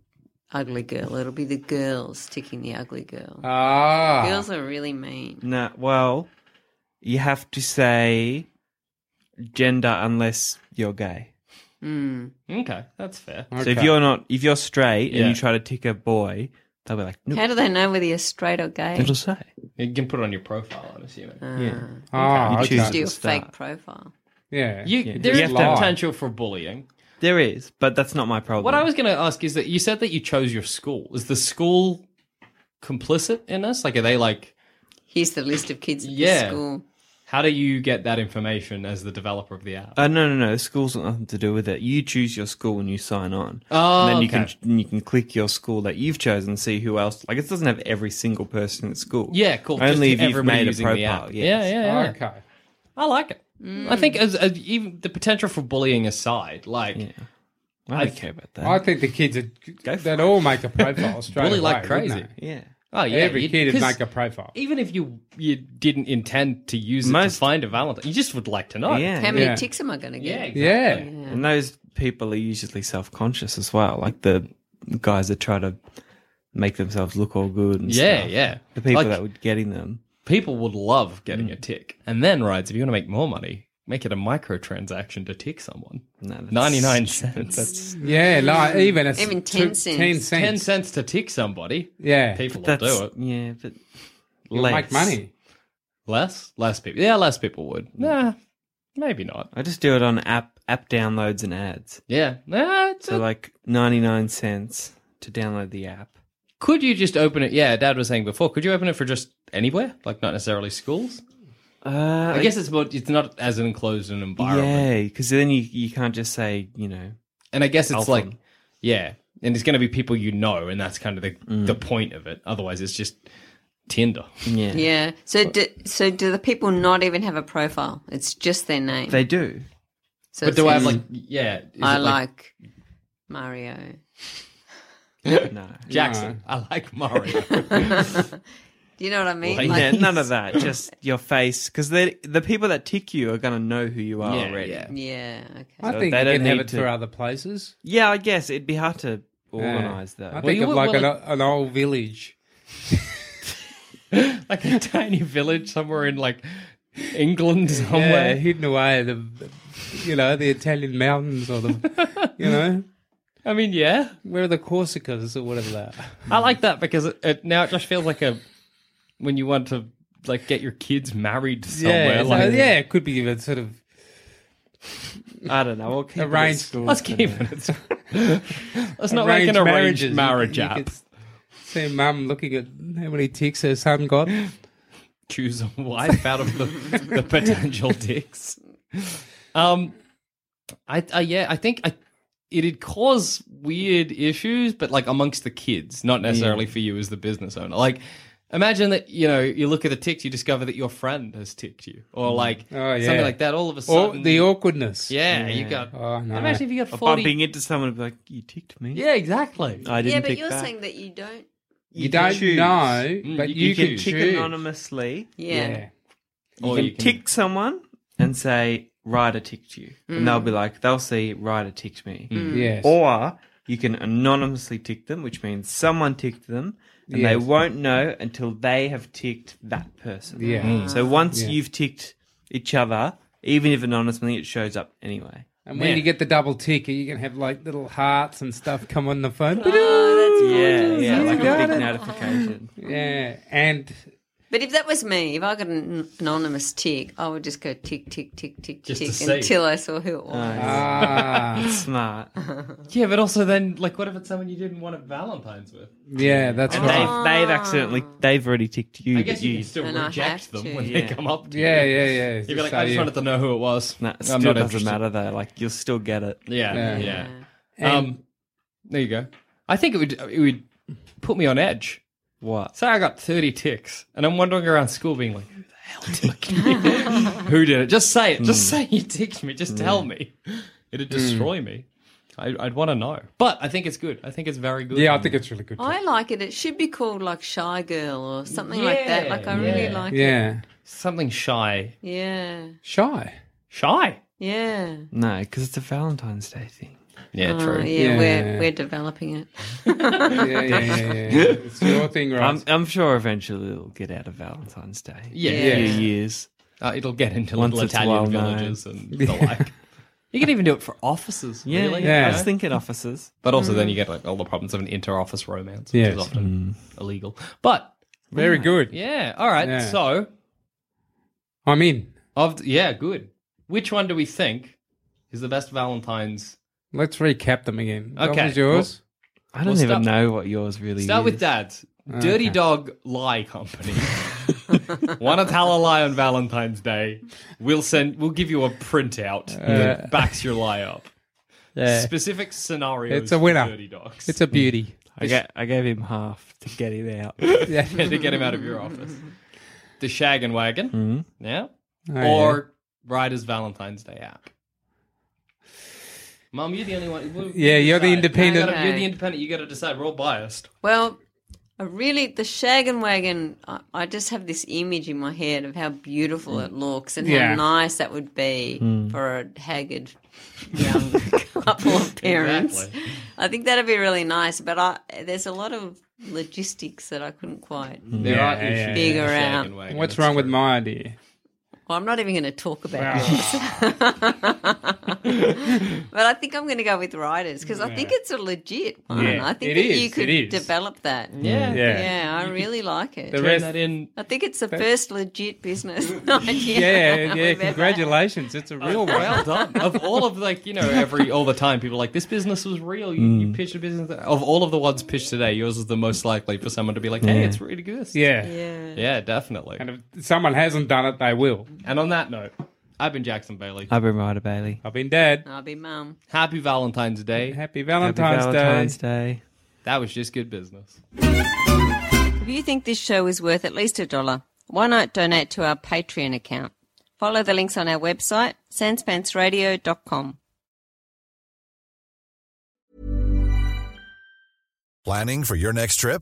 [SPEAKER 6] ugly girl. It'll be the girls ticking the ugly girl.
[SPEAKER 5] Ah,
[SPEAKER 6] Girls are really mean.
[SPEAKER 7] no. Well, you have to say gender unless you're gay.
[SPEAKER 6] Mm.
[SPEAKER 4] Okay, that's fair.
[SPEAKER 7] So if you're not, if you're straight
[SPEAKER 4] Yeah.
[SPEAKER 7] and you try to tick a boy, they'll be like, nope.
[SPEAKER 6] How do they know whether you're straight or gay?
[SPEAKER 7] it'll say.
[SPEAKER 4] You can put it on your profile. I'm assuming.
[SPEAKER 7] Yeah.
[SPEAKER 5] Ah,
[SPEAKER 7] You
[SPEAKER 5] okay.
[SPEAKER 7] choose
[SPEAKER 6] Do your
[SPEAKER 7] to start.
[SPEAKER 6] fake profile.
[SPEAKER 5] yeah.
[SPEAKER 4] You,
[SPEAKER 7] Yeah.
[SPEAKER 4] there
[SPEAKER 7] You
[SPEAKER 4] is
[SPEAKER 7] have to have-
[SPEAKER 4] potential for bullying.
[SPEAKER 7] There is, but that's not my problem.
[SPEAKER 4] What I was going to ask is that you said that you chose your school. Is the school complicit in this? Like, are they like,
[SPEAKER 6] Here's the list of kids at
[SPEAKER 4] Yeah.
[SPEAKER 6] this school.
[SPEAKER 4] how do you get that information as the developer of the app?
[SPEAKER 7] Uh, no, no, no. The school's got nothing to do with it. You choose your school when you sign on,
[SPEAKER 4] Oh,
[SPEAKER 7] and then you
[SPEAKER 4] okay.
[SPEAKER 7] can and you can click your school that you've chosen, and see who else. Like it doesn't have every single person at school.
[SPEAKER 4] yeah, cool. Just
[SPEAKER 7] Only if you've
[SPEAKER 4] everybody
[SPEAKER 7] made a
[SPEAKER 4] using the app.
[SPEAKER 7] profile.
[SPEAKER 4] Yeah,
[SPEAKER 7] yes.
[SPEAKER 4] yeah, yeah.
[SPEAKER 5] Ah, Okay.
[SPEAKER 4] I like it. I think as, as even the potential for bullying aside, like
[SPEAKER 7] I don't care about that.
[SPEAKER 5] I think the kids
[SPEAKER 7] Go
[SPEAKER 5] would
[SPEAKER 7] for
[SPEAKER 5] they'd all make a profile straight
[SPEAKER 4] Bully
[SPEAKER 5] away,
[SPEAKER 4] like
[SPEAKER 5] wouldn't
[SPEAKER 4] crazy.
[SPEAKER 5] they?
[SPEAKER 7] yeah.
[SPEAKER 4] oh yeah,
[SPEAKER 5] Every
[SPEAKER 4] you'd-
[SPEAKER 5] kid
[SPEAKER 4] 'cause
[SPEAKER 5] would make a profile.
[SPEAKER 4] even if you you didn't intend to use it to
[SPEAKER 7] Most-
[SPEAKER 4] find a Valentine, you just would like to know.
[SPEAKER 7] Yeah.
[SPEAKER 6] How many
[SPEAKER 5] Yeah.
[SPEAKER 6] ticks am I going to
[SPEAKER 4] yeah,
[SPEAKER 6] get?
[SPEAKER 4] exactly.
[SPEAKER 5] Yeah.
[SPEAKER 7] And those people are usually self conscious as well. Like the guys that try to make themselves look all good and
[SPEAKER 4] yeah,
[SPEAKER 7] stuff.
[SPEAKER 4] yeah.
[SPEAKER 7] The people
[SPEAKER 4] Like,
[SPEAKER 7] that were getting them.
[SPEAKER 4] people would love getting
[SPEAKER 7] Mm.
[SPEAKER 4] a tick. And then, rides, if you want to make more money, make it a microtransaction to tick someone.
[SPEAKER 7] No, that's
[SPEAKER 4] 99
[SPEAKER 7] stupid.
[SPEAKER 4] cents.
[SPEAKER 7] That's
[SPEAKER 5] Yeah, like even a
[SPEAKER 6] Even
[SPEAKER 5] two-
[SPEAKER 6] 10
[SPEAKER 5] 10
[SPEAKER 6] cents.
[SPEAKER 4] 10
[SPEAKER 5] Mm. cents.
[SPEAKER 4] cents to tick somebody.
[SPEAKER 5] Yeah.
[SPEAKER 4] People will
[SPEAKER 7] that's
[SPEAKER 4] do it.
[SPEAKER 7] yeah, but
[SPEAKER 5] You'll
[SPEAKER 7] less.
[SPEAKER 5] make money.
[SPEAKER 4] Less? Less people. Yeah, less people would. Nah, maybe not.
[SPEAKER 7] I just do it on app app downloads and ads.
[SPEAKER 4] Yeah. Nah, it's
[SPEAKER 7] So
[SPEAKER 4] a-
[SPEAKER 7] like ninety nine cents to download the app.
[SPEAKER 4] could you just open it? Yeah, Dad was saying before, could you open it for just anywhere? Like, not necessarily schools?
[SPEAKER 7] Uh,
[SPEAKER 4] I guess it's more, it's not as an enclosed an environment.
[SPEAKER 7] yeah, because then you you can't just say you know
[SPEAKER 4] And I guess it's
[SPEAKER 7] Alpha.
[SPEAKER 4] like, yeah. And it's going to be people you know, and that's kind of the, the point of it. Otherwise, it's just Tinder.
[SPEAKER 7] yeah,
[SPEAKER 6] Yeah. So, do, so do the people not even have a profile? It's just their name.
[SPEAKER 7] they do.
[SPEAKER 6] so
[SPEAKER 4] But
[SPEAKER 6] it
[SPEAKER 4] do I have
[SPEAKER 6] says,
[SPEAKER 4] like, yeah. is
[SPEAKER 6] I
[SPEAKER 4] it
[SPEAKER 6] like Mario.
[SPEAKER 7] No,
[SPEAKER 4] Jackson. I like Mario.
[SPEAKER 6] Do you know what I mean?
[SPEAKER 4] Like-
[SPEAKER 7] yeah, none of that. Just your face, because the the people that tick you are gonna know who you are
[SPEAKER 4] Yeah,
[SPEAKER 7] already.
[SPEAKER 4] yeah.
[SPEAKER 6] Yeah. Okay.
[SPEAKER 5] I
[SPEAKER 7] So
[SPEAKER 5] think
[SPEAKER 7] they
[SPEAKER 5] they
[SPEAKER 7] don't
[SPEAKER 5] can have
[SPEAKER 7] need
[SPEAKER 5] it
[SPEAKER 7] to-
[SPEAKER 5] for other places.
[SPEAKER 7] Yeah, I guess it'd be hard to organize
[SPEAKER 5] Yeah.
[SPEAKER 7] that.
[SPEAKER 5] I
[SPEAKER 7] Well,
[SPEAKER 5] think
[SPEAKER 4] you
[SPEAKER 5] of
[SPEAKER 4] would-
[SPEAKER 5] like an,
[SPEAKER 4] well,
[SPEAKER 5] an old village.
[SPEAKER 4] like a tiny village somewhere in like England
[SPEAKER 5] Yeah,
[SPEAKER 4] somewhere.
[SPEAKER 5] hidden away in the, you know, the Italian mountains or the, you know,
[SPEAKER 4] I mean, yeah,
[SPEAKER 5] where are the Corsicas or whatever they are.
[SPEAKER 4] I like that because it, it now it just feels like a when you want to like get your kids married to somewhere.
[SPEAKER 5] Yeah, so,
[SPEAKER 4] like,
[SPEAKER 5] yeah, it could be even sort of
[SPEAKER 7] I don't know. We'll keep it at
[SPEAKER 5] Arranged-
[SPEAKER 7] school.
[SPEAKER 4] let's keep it. Let's not make
[SPEAKER 5] arranged
[SPEAKER 4] an arranged
[SPEAKER 5] marriages.
[SPEAKER 4] marriage
[SPEAKER 5] You- you
[SPEAKER 4] app.
[SPEAKER 5] could See mum looking at how many ticks her son got.
[SPEAKER 4] choose a wife out of the, the potential dicks. Um, I uh, yeah, I think I it'd cause weird issues, but like amongst the kids, not necessarily for you as the business owner. Like, imagine that you know you look at the ticks, you discover that your friend has ticked you, or like
[SPEAKER 5] Oh, yeah.
[SPEAKER 4] something like that. All of a
[SPEAKER 5] Or
[SPEAKER 4] sudden,
[SPEAKER 5] the awkwardness.
[SPEAKER 4] yeah, you got.
[SPEAKER 5] Oh, no.
[SPEAKER 4] Imagine if you got
[SPEAKER 7] Or
[SPEAKER 4] forty.
[SPEAKER 7] bumping Uh, into someone and be like, "You ticked me."
[SPEAKER 4] yeah, exactly.
[SPEAKER 7] I didn't
[SPEAKER 6] yeah, but
[SPEAKER 7] tick
[SPEAKER 6] you're
[SPEAKER 7] back."
[SPEAKER 6] saying that you don't.
[SPEAKER 5] you,
[SPEAKER 7] can
[SPEAKER 5] don't
[SPEAKER 7] choose.
[SPEAKER 5] know,
[SPEAKER 4] Mm,
[SPEAKER 5] but
[SPEAKER 4] you
[SPEAKER 5] you,
[SPEAKER 4] can
[SPEAKER 5] can,
[SPEAKER 4] choose.
[SPEAKER 7] Tick
[SPEAKER 5] choose.
[SPEAKER 7] anonymously.
[SPEAKER 6] Yeah.
[SPEAKER 7] You
[SPEAKER 4] Or
[SPEAKER 7] can
[SPEAKER 4] you can-
[SPEAKER 7] tick someone and say, "Ryder ticked you," and they'll be like, "They'll see Ryder ticked me."
[SPEAKER 6] Mm.
[SPEAKER 5] Yes.
[SPEAKER 7] Or you can anonymously tick them, which means someone ticked them, and they
[SPEAKER 5] Yes.
[SPEAKER 7] won't know until they have ticked that person.
[SPEAKER 5] Yeah. Mm.
[SPEAKER 7] So once
[SPEAKER 5] Yeah.
[SPEAKER 7] you've ticked each other, even if anonymously, it shows up anyway.
[SPEAKER 5] and when
[SPEAKER 4] Yeah.
[SPEAKER 5] you get the double tick, you can have like little hearts and stuff come on the phone.
[SPEAKER 4] Oh,
[SPEAKER 7] Yeah, yeah, like a
[SPEAKER 5] got
[SPEAKER 7] big
[SPEAKER 5] it.
[SPEAKER 7] notification.
[SPEAKER 5] yeah, and
[SPEAKER 6] But if that was me, if I got an anonymous tick, I would just go tick, tick, tick, tick,
[SPEAKER 4] Just to
[SPEAKER 6] tick
[SPEAKER 4] see.
[SPEAKER 6] until I saw who it was.
[SPEAKER 5] Ah,
[SPEAKER 7] Smart.
[SPEAKER 4] Yeah, but also then, like, what if it's someone you didn't want a Valentine's with?
[SPEAKER 5] yeah, that's
[SPEAKER 7] And
[SPEAKER 5] right.
[SPEAKER 7] they've, they've accidentally, they've already ticked you,
[SPEAKER 4] I guess
[SPEAKER 7] but you,
[SPEAKER 4] you can still
[SPEAKER 6] And I have
[SPEAKER 4] reject them
[SPEAKER 6] to.
[SPEAKER 4] when
[SPEAKER 7] Yeah.
[SPEAKER 4] they come up to
[SPEAKER 5] Yeah,
[SPEAKER 4] you.
[SPEAKER 5] yeah, yeah.
[SPEAKER 4] You'd be like, I just wanted to know who it was.
[SPEAKER 7] nah, it still
[SPEAKER 4] I'm not
[SPEAKER 7] doesn't
[SPEAKER 4] interested.
[SPEAKER 7] matter though. Like you'll still get it.
[SPEAKER 4] Yeah,
[SPEAKER 5] Yeah.
[SPEAKER 4] yeah.
[SPEAKER 5] And-
[SPEAKER 4] Um, there you go. I think it would it would put me on edge.
[SPEAKER 7] What?
[SPEAKER 4] Say I got thirty ticks, and I'm wandering around school being like, who the hell ticked me? who did it? Just say it.
[SPEAKER 7] Hmm.
[SPEAKER 4] Just say you ticked me. Just tell me. It'd destroy me. I, I'd want to know. But I think it's good. I think it's very good.
[SPEAKER 5] Yeah, I think it's really good.
[SPEAKER 4] Oh,
[SPEAKER 6] I like it. It should be called like Shy Girl or something like that.
[SPEAKER 4] Yeah,
[SPEAKER 6] Like I really like it.
[SPEAKER 5] yeah,
[SPEAKER 4] something shy.
[SPEAKER 6] Yeah.
[SPEAKER 5] shy.
[SPEAKER 4] Shy.
[SPEAKER 6] Yeah.
[SPEAKER 7] No, because it's a Valentine's Day thing.
[SPEAKER 4] Yeah,
[SPEAKER 6] Oh, yeah,
[SPEAKER 5] Yeah.
[SPEAKER 6] We're, we're developing it.
[SPEAKER 5] Yeah, yeah, yeah, yeah. it's your thing, right?
[SPEAKER 7] I'm, I'm sure eventually it'll get out of Valentine's Day.
[SPEAKER 4] Yeah,
[SPEAKER 7] A few
[SPEAKER 6] Yeah.
[SPEAKER 7] years.
[SPEAKER 4] Uh, it'll get into
[SPEAKER 7] Once
[SPEAKER 4] little
[SPEAKER 7] it's well
[SPEAKER 4] Italian
[SPEAKER 7] known.
[SPEAKER 4] villages and the like. You can even do it for offices,
[SPEAKER 7] Yeah,
[SPEAKER 4] really.
[SPEAKER 7] yeah. I
[SPEAKER 4] you know?
[SPEAKER 7] was thinking officers.
[SPEAKER 4] But also, then you get like all the problems of an inter-office romance, which
[SPEAKER 5] Mm. Yes.
[SPEAKER 4] is often illegal. But
[SPEAKER 5] Very good.
[SPEAKER 4] yeah, all right.
[SPEAKER 5] Yeah.
[SPEAKER 4] So
[SPEAKER 5] I'm in.
[SPEAKER 4] of yeah, good. Which one do we think is the best Valentine's?
[SPEAKER 5] Let's recap them again. That
[SPEAKER 4] Okay.
[SPEAKER 5] was yours.
[SPEAKER 7] I don't
[SPEAKER 4] Well,
[SPEAKER 7] even
[SPEAKER 4] start-
[SPEAKER 7] know what yours really
[SPEAKER 4] Start
[SPEAKER 7] is.
[SPEAKER 4] with dad's Dirty Dog Lie Company. Want to tell a lie on Valentine's Day? We'll send. We'll give you a printout
[SPEAKER 5] Uh,
[SPEAKER 4] that backs your lie up. Specific scenarios.
[SPEAKER 5] It's a
[SPEAKER 4] for
[SPEAKER 5] winner.
[SPEAKER 4] Dirty dogs.
[SPEAKER 5] It's a beauty.
[SPEAKER 7] I, ga- I gave him half to get him out.
[SPEAKER 5] Yeah.
[SPEAKER 4] to get him out of your office. The Shag and Wagon, yeah,
[SPEAKER 5] Mm-hmm. Oh, yeah.
[SPEAKER 4] or Ryder's Valentine's Day app. Mom, you're the only one. we- we
[SPEAKER 5] Yeah, you're the
[SPEAKER 4] decide.
[SPEAKER 5] independent-
[SPEAKER 4] You gotta- You're
[SPEAKER 6] Okay.
[SPEAKER 4] the independent. You got to decide. We're all biased.
[SPEAKER 6] Well, I really, the shag and wagon, I, I just have this image in my head of how beautiful it looks and
[SPEAKER 5] Yeah.
[SPEAKER 6] how nice that would be for a haggard young couple of parents.
[SPEAKER 4] Exactly.
[SPEAKER 6] I think that'd be really nice, but I, there's a lot of logistics that I couldn't quite.
[SPEAKER 4] There
[SPEAKER 5] Yeah,
[SPEAKER 4] are issues.
[SPEAKER 5] yeah,
[SPEAKER 4] with
[SPEAKER 6] yeah.
[SPEAKER 4] the
[SPEAKER 6] Figure
[SPEAKER 4] Shag
[SPEAKER 6] out.
[SPEAKER 4] and Wagon,
[SPEAKER 5] What's
[SPEAKER 4] that's
[SPEAKER 5] wrong with
[SPEAKER 4] true.
[SPEAKER 5] my idea?
[SPEAKER 6] Well, I'm not even going to talk about this. but I think I'm going to go with writers because I think it's a legit one.
[SPEAKER 5] Yeah,
[SPEAKER 6] I think
[SPEAKER 5] it
[SPEAKER 6] that
[SPEAKER 5] is,
[SPEAKER 6] you
[SPEAKER 5] it
[SPEAKER 6] could
[SPEAKER 5] is.
[SPEAKER 6] develop that.
[SPEAKER 4] Yeah, yeah.
[SPEAKER 6] Yeah, I really like it.
[SPEAKER 5] The
[SPEAKER 4] Turn
[SPEAKER 5] rest,
[SPEAKER 4] that in.
[SPEAKER 6] I think it's the first legit business idea.
[SPEAKER 5] yeah,
[SPEAKER 6] I've
[SPEAKER 5] yeah.
[SPEAKER 6] ever had.
[SPEAKER 5] Congratulations, it's a real one.
[SPEAKER 4] Oh, Well done. Of all of like you know every all the time people are like this business was real. You,
[SPEAKER 5] Mm.
[SPEAKER 4] you pitched a business of all of the ones pitched today. Yours is the most likely for someone to be like, hey, it's really good.
[SPEAKER 5] Yeah.
[SPEAKER 6] Yeah.
[SPEAKER 4] yeah, definitely.
[SPEAKER 5] and if someone hasn't done it, they will.
[SPEAKER 4] And on that note, I've been Jackson Bailey.
[SPEAKER 7] I've been Ryder Bailey.
[SPEAKER 5] I've been dead.
[SPEAKER 6] I'll be mum.
[SPEAKER 4] Happy Valentine's Day.
[SPEAKER 5] Happy
[SPEAKER 7] Happy
[SPEAKER 5] Valentine's,
[SPEAKER 7] Valentine's
[SPEAKER 5] Day.
[SPEAKER 7] Day.
[SPEAKER 4] That was just good business.
[SPEAKER 6] If you think this show is worth at least a dollar, why not donate to our Patreon account? Follow the links on our website, sanspantsradio.com.
[SPEAKER 8] Planning for your next trip?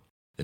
[SPEAKER 2] the